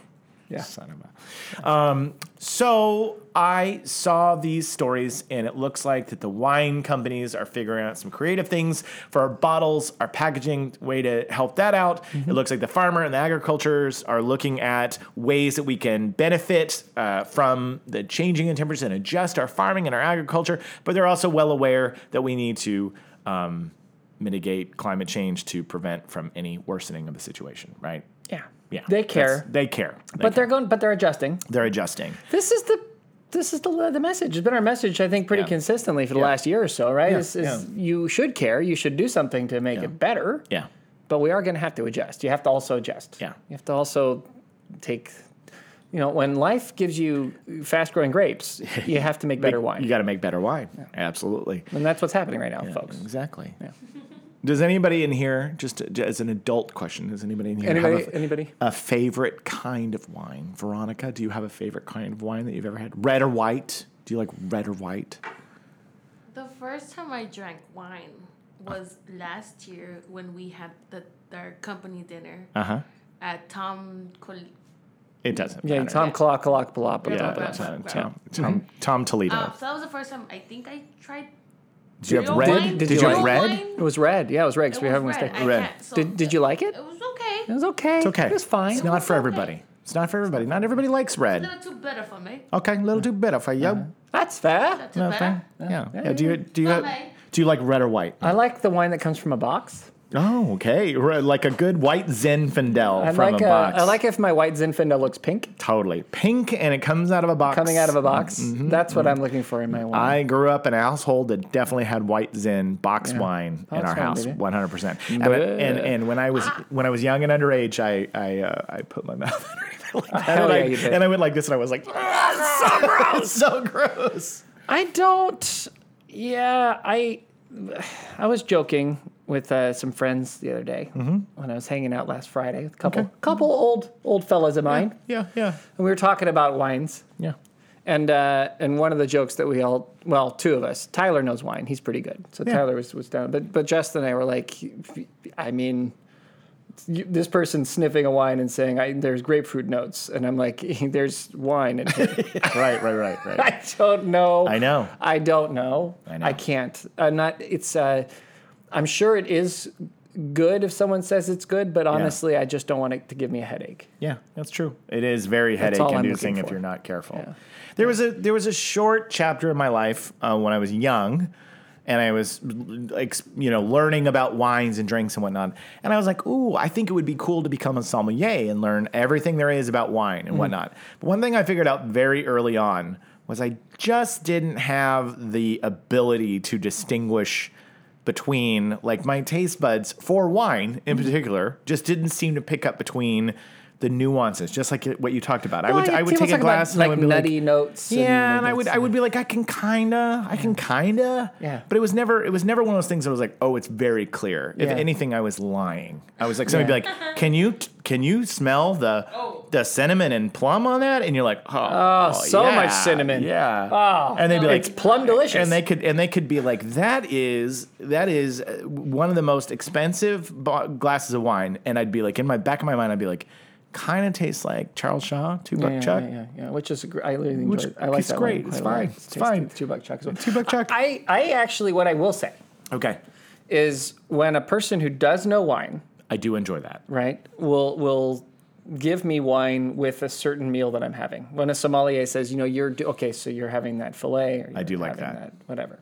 Speaker 2: Yeah.
Speaker 3: son of a. Um, so I saw these stories and it looks like that the wine companies are figuring out some creative things for our bottles, our packaging, way to help that out.
Speaker 2: Mm-hmm.
Speaker 3: It looks like the farmer and the agricultures are looking at ways that we can benefit uh, from the changing in temperatures and adjust our farming and our agriculture, but they're also well aware that we need to. Um, mitigate climate change to prevent from any worsening of the situation, right?
Speaker 2: Yeah.
Speaker 3: Yeah.
Speaker 2: They
Speaker 3: That's-
Speaker 2: care.
Speaker 3: They care. They
Speaker 2: But they're going but they're adjusting.
Speaker 3: they're adjusting.
Speaker 2: This is the this is the the message. It's been our message I think pretty
Speaker 3: Yeah.
Speaker 2: consistently for the
Speaker 3: Yeah.
Speaker 2: last year or so, right?
Speaker 3: Yeah,
Speaker 2: Is, is you should care, you should do something to make it better,
Speaker 3: Yeah.
Speaker 2: but we are going to have to adjust. You have to also adjust.
Speaker 3: Yeah.
Speaker 2: You have to also take you know, when life gives you fast-growing grapes, you have to
Speaker 3: [laughs]
Speaker 2: make better wine.
Speaker 3: You got to make better wine. Absolutely.
Speaker 2: and that's what's happening right now, folks.
Speaker 3: Exactly. Yeah. Does anybody in here, just as an adult question, does anybody in here
Speaker 2: Anybody?
Speaker 3: have a,
Speaker 2: Anybody?
Speaker 3: a favorite kind of wine? Veronica, do you have a favorite kind of wine that you've ever had? Red or white? Do you like red or white?
Speaker 5: The first time I drank wine was last year when we had the our company dinner
Speaker 3: Uh huh.
Speaker 5: at Tom. Col-
Speaker 3: It doesn't
Speaker 2: Yeah,
Speaker 3: matter.
Speaker 2: Tom Mm-hmm. Clock, Clock, blah, blah,
Speaker 3: yeah,
Speaker 2: blah,
Speaker 5: Tom-
Speaker 2: blah.
Speaker 3: that's fine.
Speaker 5: Tom-
Speaker 3: Tom, Tom, Tom Toledo.
Speaker 5: um, so that was the first time I think I tried.
Speaker 3: Did you have
Speaker 5: real
Speaker 3: red?
Speaker 5: wine.
Speaker 2: Did- did you
Speaker 3: have
Speaker 5: Real
Speaker 3: red?
Speaker 5: wine?
Speaker 2: It was red. Yeah, it was red
Speaker 5: It
Speaker 2: because we were having a
Speaker 5: was red.
Speaker 2: mistake.
Speaker 5: I
Speaker 3: Red.
Speaker 5: can't- so
Speaker 2: Did, did you like it?
Speaker 5: It was okay.
Speaker 2: It was okay.
Speaker 3: It's okay.
Speaker 2: It was fine.
Speaker 3: It's not for
Speaker 5: okay.
Speaker 3: everybody. It's not for everybody. Not everybody likes
Speaker 5: a
Speaker 3: red.
Speaker 5: little too bitter for me.
Speaker 3: Okay, a little too bitter for you.
Speaker 2: That's fair.
Speaker 5: Not too
Speaker 3: No,
Speaker 5: bitter.
Speaker 3: fine. Yeah. yeah. Do you do you have,
Speaker 5: Okay.
Speaker 3: do you like red or white?
Speaker 2: I like the wine that comes from a box.
Speaker 3: Oh, okay. Re- Like a good white Zinfandel
Speaker 2: I
Speaker 3: from
Speaker 2: like
Speaker 3: a
Speaker 2: uh,
Speaker 3: box.
Speaker 2: I like if my white Zinfandel looks pink
Speaker 3: totally pink, and it comes out of a box.
Speaker 2: coming out of a box. That's what I'm looking for in my wine.
Speaker 3: Mm-hmm. I grew up in a household that definitely had white Zin box wine in
Speaker 2: Box
Speaker 3: our
Speaker 2: wine,
Speaker 3: house,
Speaker 2: Oh, baby. Mm.
Speaker 3: one hundred percent. And and and when I was when I was young and underage, I I uh, I put my [laughs] mouth underneath it like that,
Speaker 2: Hell
Speaker 3: and,
Speaker 2: yeah, you
Speaker 3: I,
Speaker 2: did.
Speaker 3: and I went like this, and I was like, "Ah,
Speaker 2: [laughs]
Speaker 3: so gross, [laughs] so gross.
Speaker 2: I don't. Yeah, I. I was joking with uh, some friends the other day when I was hanging out last Friday. with A couple,
Speaker 3: Mm-hmm. Okay.
Speaker 2: couple old old fellas of mine,
Speaker 3: Yeah, yeah,
Speaker 2: and we were talking about wines.
Speaker 3: yeah.
Speaker 2: And uh, and one of the jokes that we all well, two of us. Tyler knows wine; he's pretty good. So
Speaker 3: Yeah.
Speaker 2: Tyler was was down, but but Justin and I were like, I mean, you, this person sniffing a wine and saying, I, "There's grapefruit notes," and I'm like, [laughs] "There's wine." in
Speaker 3: [laughs]
Speaker 2: here.
Speaker 3: Right, right, right, right.
Speaker 2: I don't know.
Speaker 3: I know.
Speaker 2: I don't know.
Speaker 3: I know.
Speaker 2: I can't. I'm not. It's. Uh, I'm sure it is good if someone says it's good, but honestly, I just don't want it to give me a headache.
Speaker 3: [laughs] Yeah, that's true. It is very headache
Speaker 2: all I'm
Speaker 3: inducing
Speaker 2: looking
Speaker 3: if
Speaker 2: for.
Speaker 3: you're not careful. There was a there was a short chapter in my life uh, when I was young, and I was like you know learning about wines and drinks and whatnot. And I was like, ooh, I think it would be cool to become a sommelier and learn everything there is about wine and whatnot. But one thing I figured out very early on was I just didn't have the ability to distinguish between like my taste buds for wine in particular just didn't seem to pick up between the nuances just like what you talked about i would
Speaker 2: Well,
Speaker 3: i would
Speaker 2: people
Speaker 3: take a
Speaker 2: talk about,
Speaker 3: glass and
Speaker 2: like
Speaker 3: I would be
Speaker 2: nutty
Speaker 3: like
Speaker 2: notes.
Speaker 3: yeah, and I
Speaker 2: like
Speaker 3: would
Speaker 2: it's- uh,
Speaker 3: I would be like I can kinda I can kinda
Speaker 2: Yeah.
Speaker 3: but it was never it was never one of those things that was like oh it's very clear if
Speaker 2: Yeah.
Speaker 3: anything I was lying I was like somebody would be
Speaker 2: Yeah.
Speaker 3: like can you can you smell the
Speaker 4: Oh.
Speaker 3: the cinnamon and plum on that and you're like oh,
Speaker 2: so
Speaker 3: yeah,
Speaker 2: much cinnamon.
Speaker 3: yeah
Speaker 2: Oh,
Speaker 3: and they'd be like
Speaker 2: it's plum delicious.
Speaker 3: and they could and they could be like that is that is uh, one of the most expensive bo- glasses of wine and I'd be like in my back of my mind I'd be like kind of tastes like Charles Shaw two buck
Speaker 2: yeah,
Speaker 3: chuck
Speaker 2: yeah, yeah, yeah, which is gr- I really enjoy.
Speaker 3: Which-
Speaker 2: it. I like
Speaker 3: it's
Speaker 2: that One
Speaker 3: great.
Speaker 2: quite
Speaker 3: It's
Speaker 2: a lot.
Speaker 3: fine. It's
Speaker 2: tasty.
Speaker 3: fine.
Speaker 2: Two buck chuck. as well.
Speaker 3: Two buck chuck.
Speaker 2: I I actually what I will say
Speaker 3: okay
Speaker 2: is when a person who does know wine
Speaker 3: I do enjoy that
Speaker 2: right will will give me wine with a certain meal that I'm having. When a sommelier says, you know, you're do- okay, so you're having that fillet. Or
Speaker 3: I do
Speaker 2: you're
Speaker 3: like
Speaker 2: having
Speaker 3: that.
Speaker 2: Whatever.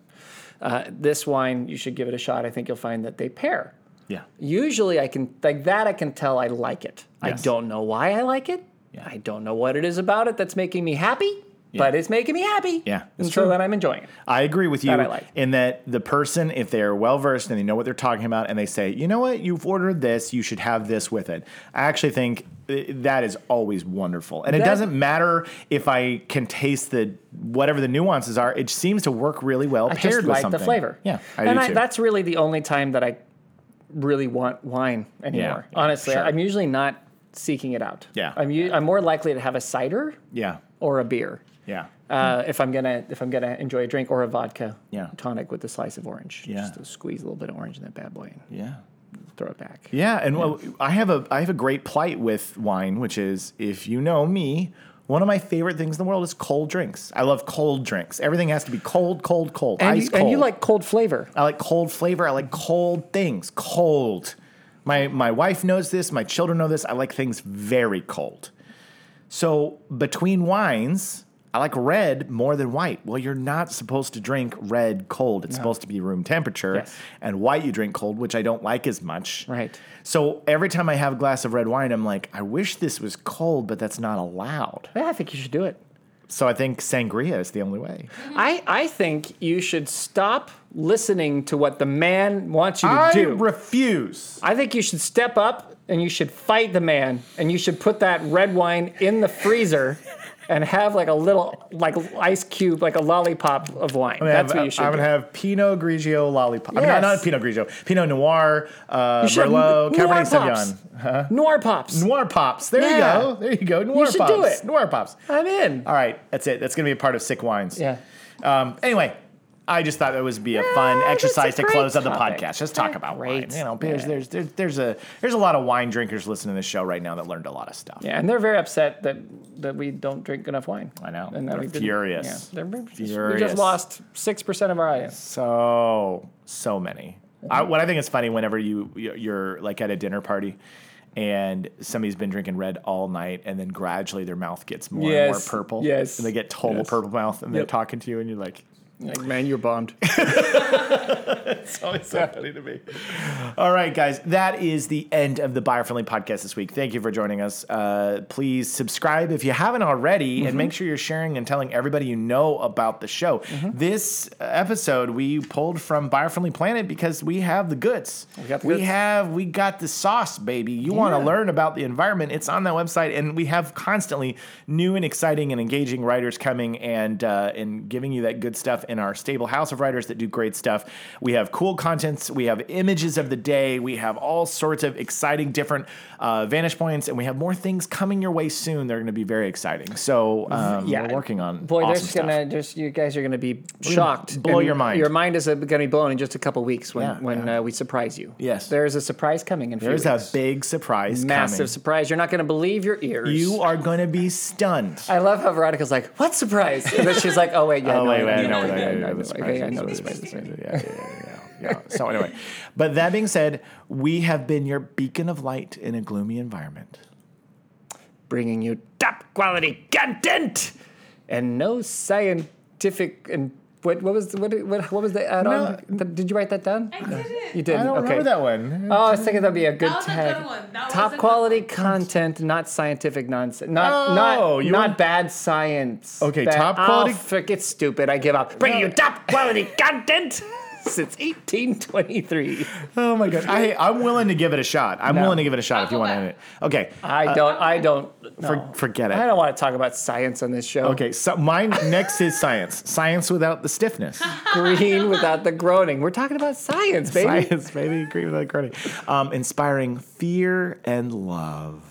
Speaker 2: Uh, this wine, you should give it a shot. I think you'll find that they pair.
Speaker 3: yeah
Speaker 2: Usually, I can like that. I can tell I like it.
Speaker 3: Yes.
Speaker 2: I don't know why I like it.
Speaker 3: Yeah.
Speaker 2: I don't know what it is about it that's making me happy, but it's making me happy.
Speaker 3: Yeah,
Speaker 2: and
Speaker 3: it's
Speaker 2: so
Speaker 3: true.
Speaker 2: then I'm enjoying it.
Speaker 3: I agree with you
Speaker 2: That I like.
Speaker 3: in that the person, if they're well versed and they know what they're talking about, and they say, you know what, you've ordered this, you should have this with it. I actually think uh, that is always wonderful, and it
Speaker 2: That-
Speaker 3: doesn't matter if I can taste the whatever the nuances are. It seems to work really well
Speaker 2: I
Speaker 3: paired
Speaker 2: just
Speaker 3: with
Speaker 2: like
Speaker 3: something.
Speaker 2: the flavor.
Speaker 3: Yeah, I
Speaker 2: and
Speaker 3: do
Speaker 2: I,
Speaker 3: too.
Speaker 2: that's really the only time that I really want wine anymore.
Speaker 3: yeah,
Speaker 2: Honestly,
Speaker 3: sure.
Speaker 2: I'm usually not seeking it out.
Speaker 3: Yeah.
Speaker 2: I'm u- I'm more likely to have a cider
Speaker 3: yeah,
Speaker 2: or a beer.
Speaker 3: yeah.
Speaker 2: Uh, if I'm gonna if I'm gonna enjoy a drink or a vodka
Speaker 3: Hmm. Yeah.
Speaker 2: tonic with a slice of orange,
Speaker 3: Yeah.
Speaker 2: just to squeeze a little bit of orange in that bad boy and
Speaker 3: yeah.
Speaker 2: throw it back.
Speaker 3: Yeah, and well, I have a I have a great plight with wine, which is if you know me, one of my favorite things in the world is cold drinks. I love cold drinks. Everything has to be cold, cold, cold,
Speaker 2: And,
Speaker 3: ice
Speaker 2: you,
Speaker 3: cold.
Speaker 2: and you like cold flavor.
Speaker 3: I like cold flavor. I like cold things. Cold. My my wife knows this. My children know this. I like things very cold. So between wines, I like red more than white. Well, you're not supposed to drink red cold. It's supposed to be room temperature.
Speaker 2: Yes.
Speaker 3: And white you drink cold, which I don't like as much.
Speaker 2: Right.
Speaker 3: So every time I have a glass of red wine, I'm like, I wish this was cold, but that's not allowed.
Speaker 2: Yeah, I think you should do it.
Speaker 3: So I think sangria is the only way.
Speaker 2: I, I think you should stop listening to what the man wants you to
Speaker 3: I
Speaker 2: do.
Speaker 3: refuse.
Speaker 2: I think you should step up and you should fight the man and you should put that red wine in the freezer and have like a little like ice cube, like a lollipop of wine.
Speaker 3: I'm gonna
Speaker 2: That's
Speaker 3: have,
Speaker 2: what you should.
Speaker 3: I'm
Speaker 2: do.
Speaker 3: gonna have Pinot Grigio lollipop. I mean, not,
Speaker 2: Yes.
Speaker 3: not Pinot Grigio. Pinot Noir, uh,
Speaker 2: You should have
Speaker 3: Merlot,
Speaker 2: n- Noir
Speaker 3: Cabernet
Speaker 2: pops.
Speaker 3: Sauvignon.
Speaker 2: Noir pops.
Speaker 3: Noir pops. There
Speaker 2: Yeah.
Speaker 3: you go. There you go. Noir
Speaker 2: should
Speaker 3: pops.
Speaker 2: do it.
Speaker 3: Noir pops.
Speaker 2: I'm in.
Speaker 3: All right, that's it. That's gonna be a part of sick wines.
Speaker 2: Yeah.
Speaker 3: Um, anyway, I just thought that would be a fun
Speaker 2: that's
Speaker 3: exercise
Speaker 2: a
Speaker 3: to close
Speaker 2: great
Speaker 3: out the
Speaker 2: topic.
Speaker 3: podcast. Just talk about
Speaker 2: Great.
Speaker 3: wine. You know, there's, there's there's there's a there's a lot of wine drinkers listening to this show right now that learned a lot of stuff.
Speaker 2: Yeah, and they're very upset that that we don't drink enough wine.
Speaker 3: I know.
Speaker 2: And that
Speaker 3: They're
Speaker 2: we didn't-
Speaker 3: furious.
Speaker 2: Yeah, they're just- We
Speaker 3: Furious.
Speaker 2: just lost six percent of our audience.
Speaker 3: So so many. I, what I think is funny whenever you you- you're like at a dinner party. And somebody's been drinking red all night, and then gradually their mouth gets more and more
Speaker 2: Yes,
Speaker 3: purple.
Speaker 2: yes,
Speaker 3: and they get total
Speaker 2: yes.
Speaker 3: purple mouth, and they're
Speaker 2: Yep.
Speaker 3: talking to you, and you're like,
Speaker 2: Like, man, you're bombed.
Speaker 3: It's always so funny to me. All right, guys, that is the end of the Buyer-Friendly podcast this week. Thank you for joining us. Uh, please subscribe if you haven't already,
Speaker 2: Mm-hmm.
Speaker 3: and make sure you're sharing and telling everybody you know about the show.
Speaker 2: Mm-hmm.
Speaker 3: This episode we pulled from Buyer-Friendly Planet because we have the goods. We,
Speaker 2: got the goods.
Speaker 3: have we got the sauce, baby. You want to
Speaker 2: Yeah.
Speaker 3: learn about the environment? It's on that website, and we have constantly new and exciting and engaging writers coming and uh, and giving you that good stuff in our stable house of writers that do great stuff. We have cool contents. We have images of the day. We have all sorts of exciting different uh, vantage points, and we have more things coming your way soon. They're going to be very exciting. So um,
Speaker 2: Yeah.
Speaker 3: we're working
Speaker 2: [laughs]
Speaker 3: on
Speaker 2: Boy,
Speaker 3: awesome
Speaker 2: there's
Speaker 3: stuff.
Speaker 2: gonna just you guys are gonna be shocked.
Speaker 3: blow
Speaker 2: And
Speaker 3: your mind.
Speaker 2: Your mind is uh, gonna be blown in just a couple weeks when
Speaker 3: Yeah,
Speaker 2: when
Speaker 3: yeah.
Speaker 2: Uh, we surprise you.
Speaker 3: Yes.
Speaker 2: there is a surprise coming in. few
Speaker 3: there's a
Speaker 2: weeks.
Speaker 3: big surprise
Speaker 2: massive
Speaker 3: coming.
Speaker 2: surprise. You're not gonna believe your ears.
Speaker 3: you are going to be stunned.
Speaker 2: I love how Veronica's like, "What surprise?" And then she's like, "Oh wait, yeah,
Speaker 3: Oh,
Speaker 2: no,
Speaker 3: wait,
Speaker 2: I
Speaker 3: wait, I
Speaker 2: know,
Speaker 3: know,
Speaker 2: yeah,
Speaker 3: yeah,
Speaker 2: yeah,
Speaker 3: yeah,
Speaker 2: I know,
Speaker 3: that's right,
Speaker 2: okay, I know
Speaker 3: that's
Speaker 2: this
Speaker 3: right,
Speaker 2: surprise."
Speaker 3: that's right, yeah, yeah, yeah, yeah, yeah. [laughs] So anyway, but that being said, we have been your beacon of light in a gloomy environment.
Speaker 2: Bringing you top quality content and no scientific and what what was the- what what, what was the add on? Did you write that down?
Speaker 5: I did it.
Speaker 2: You did. okay.
Speaker 3: one.
Speaker 2: Oh, I was thinking that'd be a good
Speaker 5: That was a
Speaker 2: tag.
Speaker 5: good one. That was a
Speaker 2: Top
Speaker 5: good
Speaker 2: quality content, not scientific nonsense. Not
Speaker 3: Oh,
Speaker 2: not
Speaker 3: you
Speaker 2: not
Speaker 3: want-
Speaker 2: bad science.
Speaker 3: Okay,
Speaker 2: Bad-
Speaker 3: top quality-
Speaker 2: Oh, frick, it's stupid. I give up. Bringing you top quality content [laughs] since 1823.
Speaker 3: Oh my god. I I'm willing to give it a shot. I'm
Speaker 2: No.
Speaker 3: willing to give it a shot if you
Speaker 5: I'll
Speaker 3: want to
Speaker 5: go
Speaker 3: end it. Okay.
Speaker 2: I don't. I don't.
Speaker 3: Uh, for-
Speaker 2: no.
Speaker 3: forget it.
Speaker 2: I don't want to talk about science on this show.
Speaker 3: Okay, so mine next is science. Science without the stiffness.
Speaker 2: Green without the groaning. We're talking about science, baby.
Speaker 3: Science, baby. Agree with that, Cardi. Um, inspiring fear and love.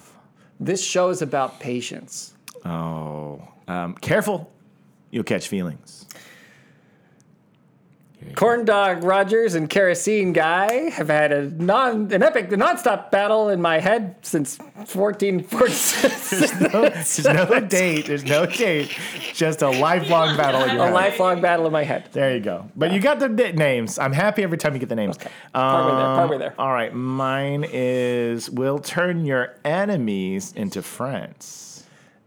Speaker 2: This show is about patience.
Speaker 3: Oh, um, careful. You'll catch feelings. [laughs]
Speaker 2: Corn Dog Rogers and Kerosene Guy have had a non an epic nonstop battle in my head since
Speaker 3: [laughs]
Speaker 2: 1446.
Speaker 3: There's no date. There's no date. Just a lifelong battle. in your
Speaker 2: a
Speaker 3: head.
Speaker 2: lifelong battle in my head.
Speaker 3: There you go. But you got the di- names. I'm happy every time you get the names. Um,
Speaker 2: Okay. Partway there, partway there.
Speaker 3: All right. Mine is will turn your enemies into friends.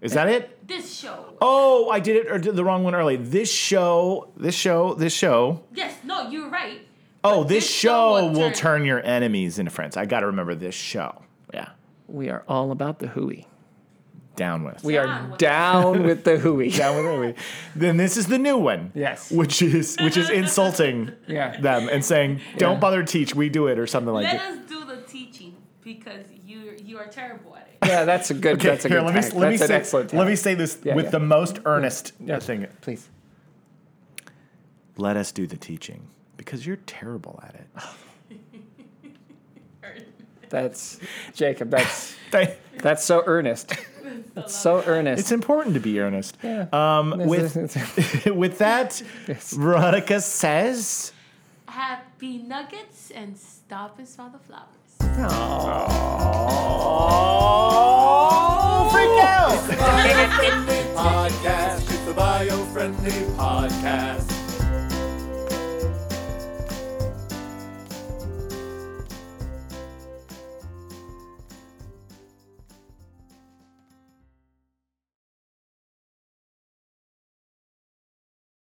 Speaker 3: Is that it?
Speaker 5: This show.
Speaker 3: Oh, I did it or did the wrong one early. This show, this show, this show.
Speaker 5: Yes, no, you're right.
Speaker 3: Oh,
Speaker 5: But
Speaker 3: this, show, will
Speaker 5: turn-
Speaker 3: turn your enemies into friends. I got to remember this show. Yeah.
Speaker 2: We are all about the hooey.
Speaker 3: Down with.
Speaker 2: We
Speaker 5: Down
Speaker 2: are
Speaker 5: with-
Speaker 2: down with the hooey.
Speaker 3: down with it. Then this is the new one.
Speaker 2: [laughs] Yes.
Speaker 3: Which is which is insulting [laughs]
Speaker 2: Yeah.
Speaker 3: them and saying, Don't
Speaker 2: Yeah.
Speaker 3: bother to teach, we do it or something like
Speaker 5: Let
Speaker 3: that.
Speaker 5: us do the teaching because you you are terrible at it.
Speaker 2: Yeah, that's a good. that's a
Speaker 3: here,
Speaker 2: good.
Speaker 3: let me
Speaker 2: tag.
Speaker 3: let me
Speaker 2: that's an
Speaker 3: say
Speaker 2: excellent.
Speaker 3: let
Speaker 2: tag.
Speaker 3: me say this
Speaker 2: Yeah,
Speaker 3: with
Speaker 2: yeah.
Speaker 3: the most earnest
Speaker 2: Yeah.
Speaker 3: thing.
Speaker 2: please.
Speaker 3: Let us do the teaching because you're terrible
Speaker 2: [laughs]
Speaker 3: at it.
Speaker 2: That's Jacob. That's
Speaker 3: They-
Speaker 2: that's so earnest. That's so
Speaker 3: It's
Speaker 2: earnest.
Speaker 3: important to be earnest.
Speaker 2: Yeah.
Speaker 3: Um,
Speaker 2: [laughs]
Speaker 3: with [laughs] with that, Veronica says.
Speaker 5: Happy nuggets and stop and smell the flowers.
Speaker 2: Aw.